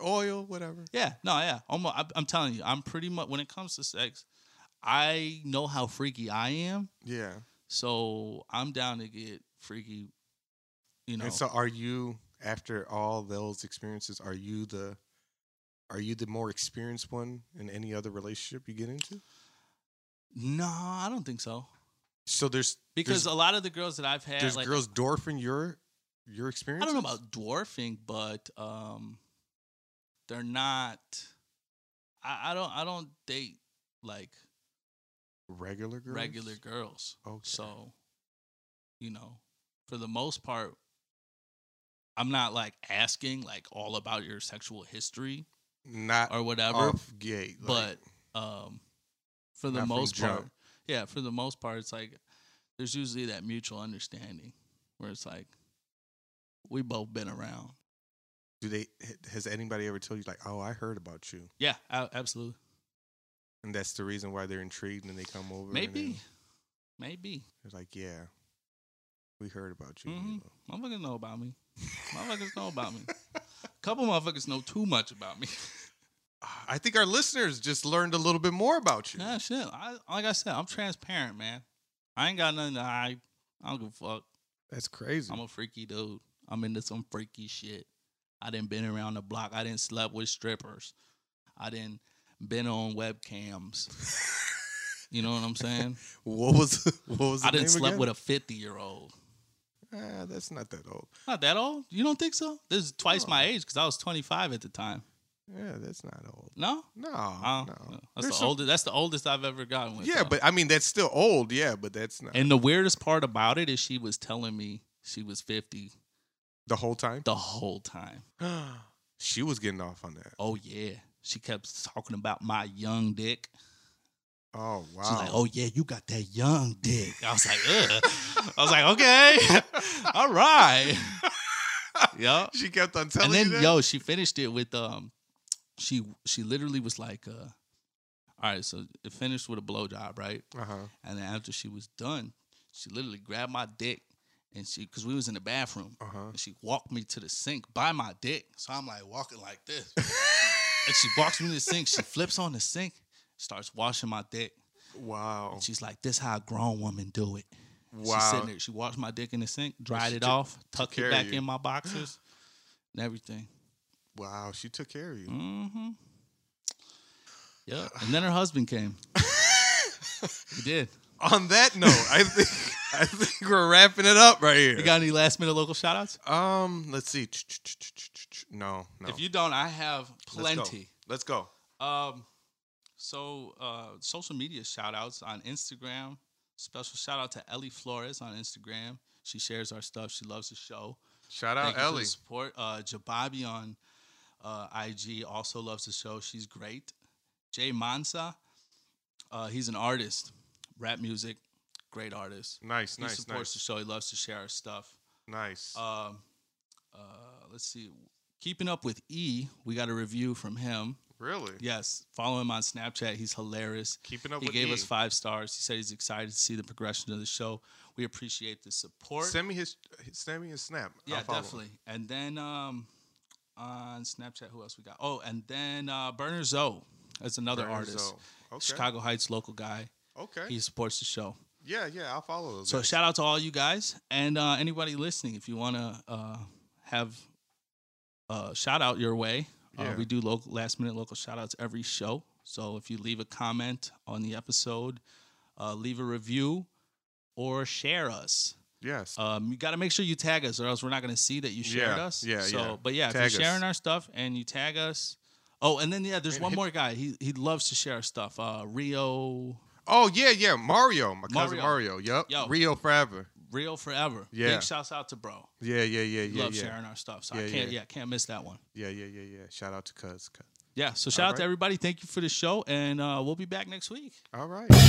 Oil, whatever.
Yeah, no, yeah. I'm, I'm- I'm telling you, I'm pretty much when it comes to sex, I know how freaky I am,
Yeah.
so I'm down to get freaky. You know,
And so, are you after all those experiences? Are you the are you the more experienced one in any other relationship you get into?
no, I don't think so.
So there's
Because
there's,
a lot of the girls that I've had,
there's
like,
girls dwarfing your your experience.
I don't know about dwarfing, but um, they're not. I, I don't. I don't date like
regular girls.
regular girls.
Okay.
So, you know, for the most part, I'm not like asking like all about your sexual history
not
or whatever.
off gate, Oh, like,
but um, for the
Not from
most part,
jump.
yeah, for the most part, it's like there's usually that mutual understanding where it's like we both been around.
do they? Has anybody ever told you like, oh, I heard about you,
Yeah, a- absolutely.
and that's the reason why they're intrigued and they come over? and
Maybe,
then
maybe.
they're like, yeah, we heard about you. Milo."
Mhm. Motherfuckers know about me. Motherfuckers know about me. Couple motherfuckers know too much about me.
I think our listeners just learned a little bit more about you.
Yeah, shit. I, like I said, I'm transparent, man. I ain't got nothing to hide. I don't give a fuck.
That's crazy.
I'm a freaky dude. I'm into some freaky shit. I didn't been around the block. I didn't slept with strippers. I didn't been on webcams. You know what I'm saying?
what was what was the
I didn't
name
slept
again?
with a 50 year old.
Ah, that's not that old.
Not that old. You don't think so? This is twice
No.
my age because I was 25 at the time.
Yeah, that's not old.
No,
No, no.
Uh, that's the
There's some-
oldest. That's the oldest I've ever gotten with.
Yeah,
though.
but I mean that's still old. Yeah, but that's not
and the weirdest part about it is she was telling me she was 50
the whole time.
the whole time.
she was getting off on that.
Oh yeah, she kept talking about my young dick.
Oh wow.
She's like, "Oh yeah, you got that young dick." I was like, Ugh. I was like, "Okay, all right." yep.
she kept on telling
"Oh, And then
you that.
yo, she finished it with um, she she literally was like, uh, "All right," so it finished with a blowjob, right?
uh-huh.
And then after she was done, she literally grabbed my dick and she, cause we was in the bathroom,
Uh-huh.
and she walked me to the sink by my dick. So I'm like walking like this, and she walks me to the sink. She flips on the sink, starts washing my dick.
Wow.
She's like, "This how a grown woman do it." She's sitting
Wow.
there. She washed my dick in the sink, dried
she
it
took-
off, tucked
care
it
of
back
you.
in my boxers, and everything.
Wow, she took care of you.
Mm-hmm. Yeah. And then her husband came. he did.
On that note, I think I think we're wrapping it up right here.
You got any last minute local shout outs?
um, let's see. No, no.
If you don't, I have
Let's go.
plenty.
Let's go.
Um, so uh, social media shout outs on Instagram. Special shout out to Ellie Flores on Instagram. She shares our stuff. She loves the show.
Shout out
Thank you for
Ellie.
the support. Uh, Jababi on uh, IG also loves the show. She's great. Jay Mansa, uh, he's an artist, rap music, great artist.
Nice,
He
nice,
supports the
nice,
show. He loves to share our stuff.
nice.
Um, uh, let's see. Keeping up with E, we got a review from him.
really?
Yes, follow him on Snapchat. He's hilarious.
Keeping up
He
with
gave
E.
us five stars. He said he's excited to see the progression of the show. We appreciate the support.
Send me his. Send me his snap.
yeah,
I'll follow him.
definitely. And then um, on Snapchat, who else we got? Oh, and then uh, Burner Zoe is another
Burner
artist,
Zoe. Oh, Okay.
Chicago Heights local guy.
Okay.
He supports the show.
yeah, yeah. I'll follow those.
So
guys.
shout out to all you guys and uh, anybody listening. If you want to uh, have uh, shout out your way, uh,
Yeah.
we do local, last minute local shout outs every show. So if you leave a comment on the episode, uh, leave a review, or share us.
yes.
Um, you got to make sure you tag us, or else we're not going to see that you shared
Yeah,
us.
yeah,
So,
yeah.
but yeah,
Tag
if
us.
you're sharing our stuff and you tag us. Oh, and then yeah, there's
And
one
hit-
more guy. He he loves to share our stuff. Uh, Rio
oh yeah, yeah. Mario, my cousin
uh, Mario.
Mario. Yup.
Yo.
Rio forever.
Rio forever.
Yeah.
Big shouts out to bro.
Yeah, yeah, yeah, yeah,
love
yeah.
sharing our stuff. So I
Yeah,
can't, yeah.
yeah.
can't miss that one.
Yeah, yeah, yeah, yeah. Shout out to Cuz. Cuz.
Yeah. So shout out to
Alright.
everybody. Thank you for the show, and uh, we'll be back next week.
All right.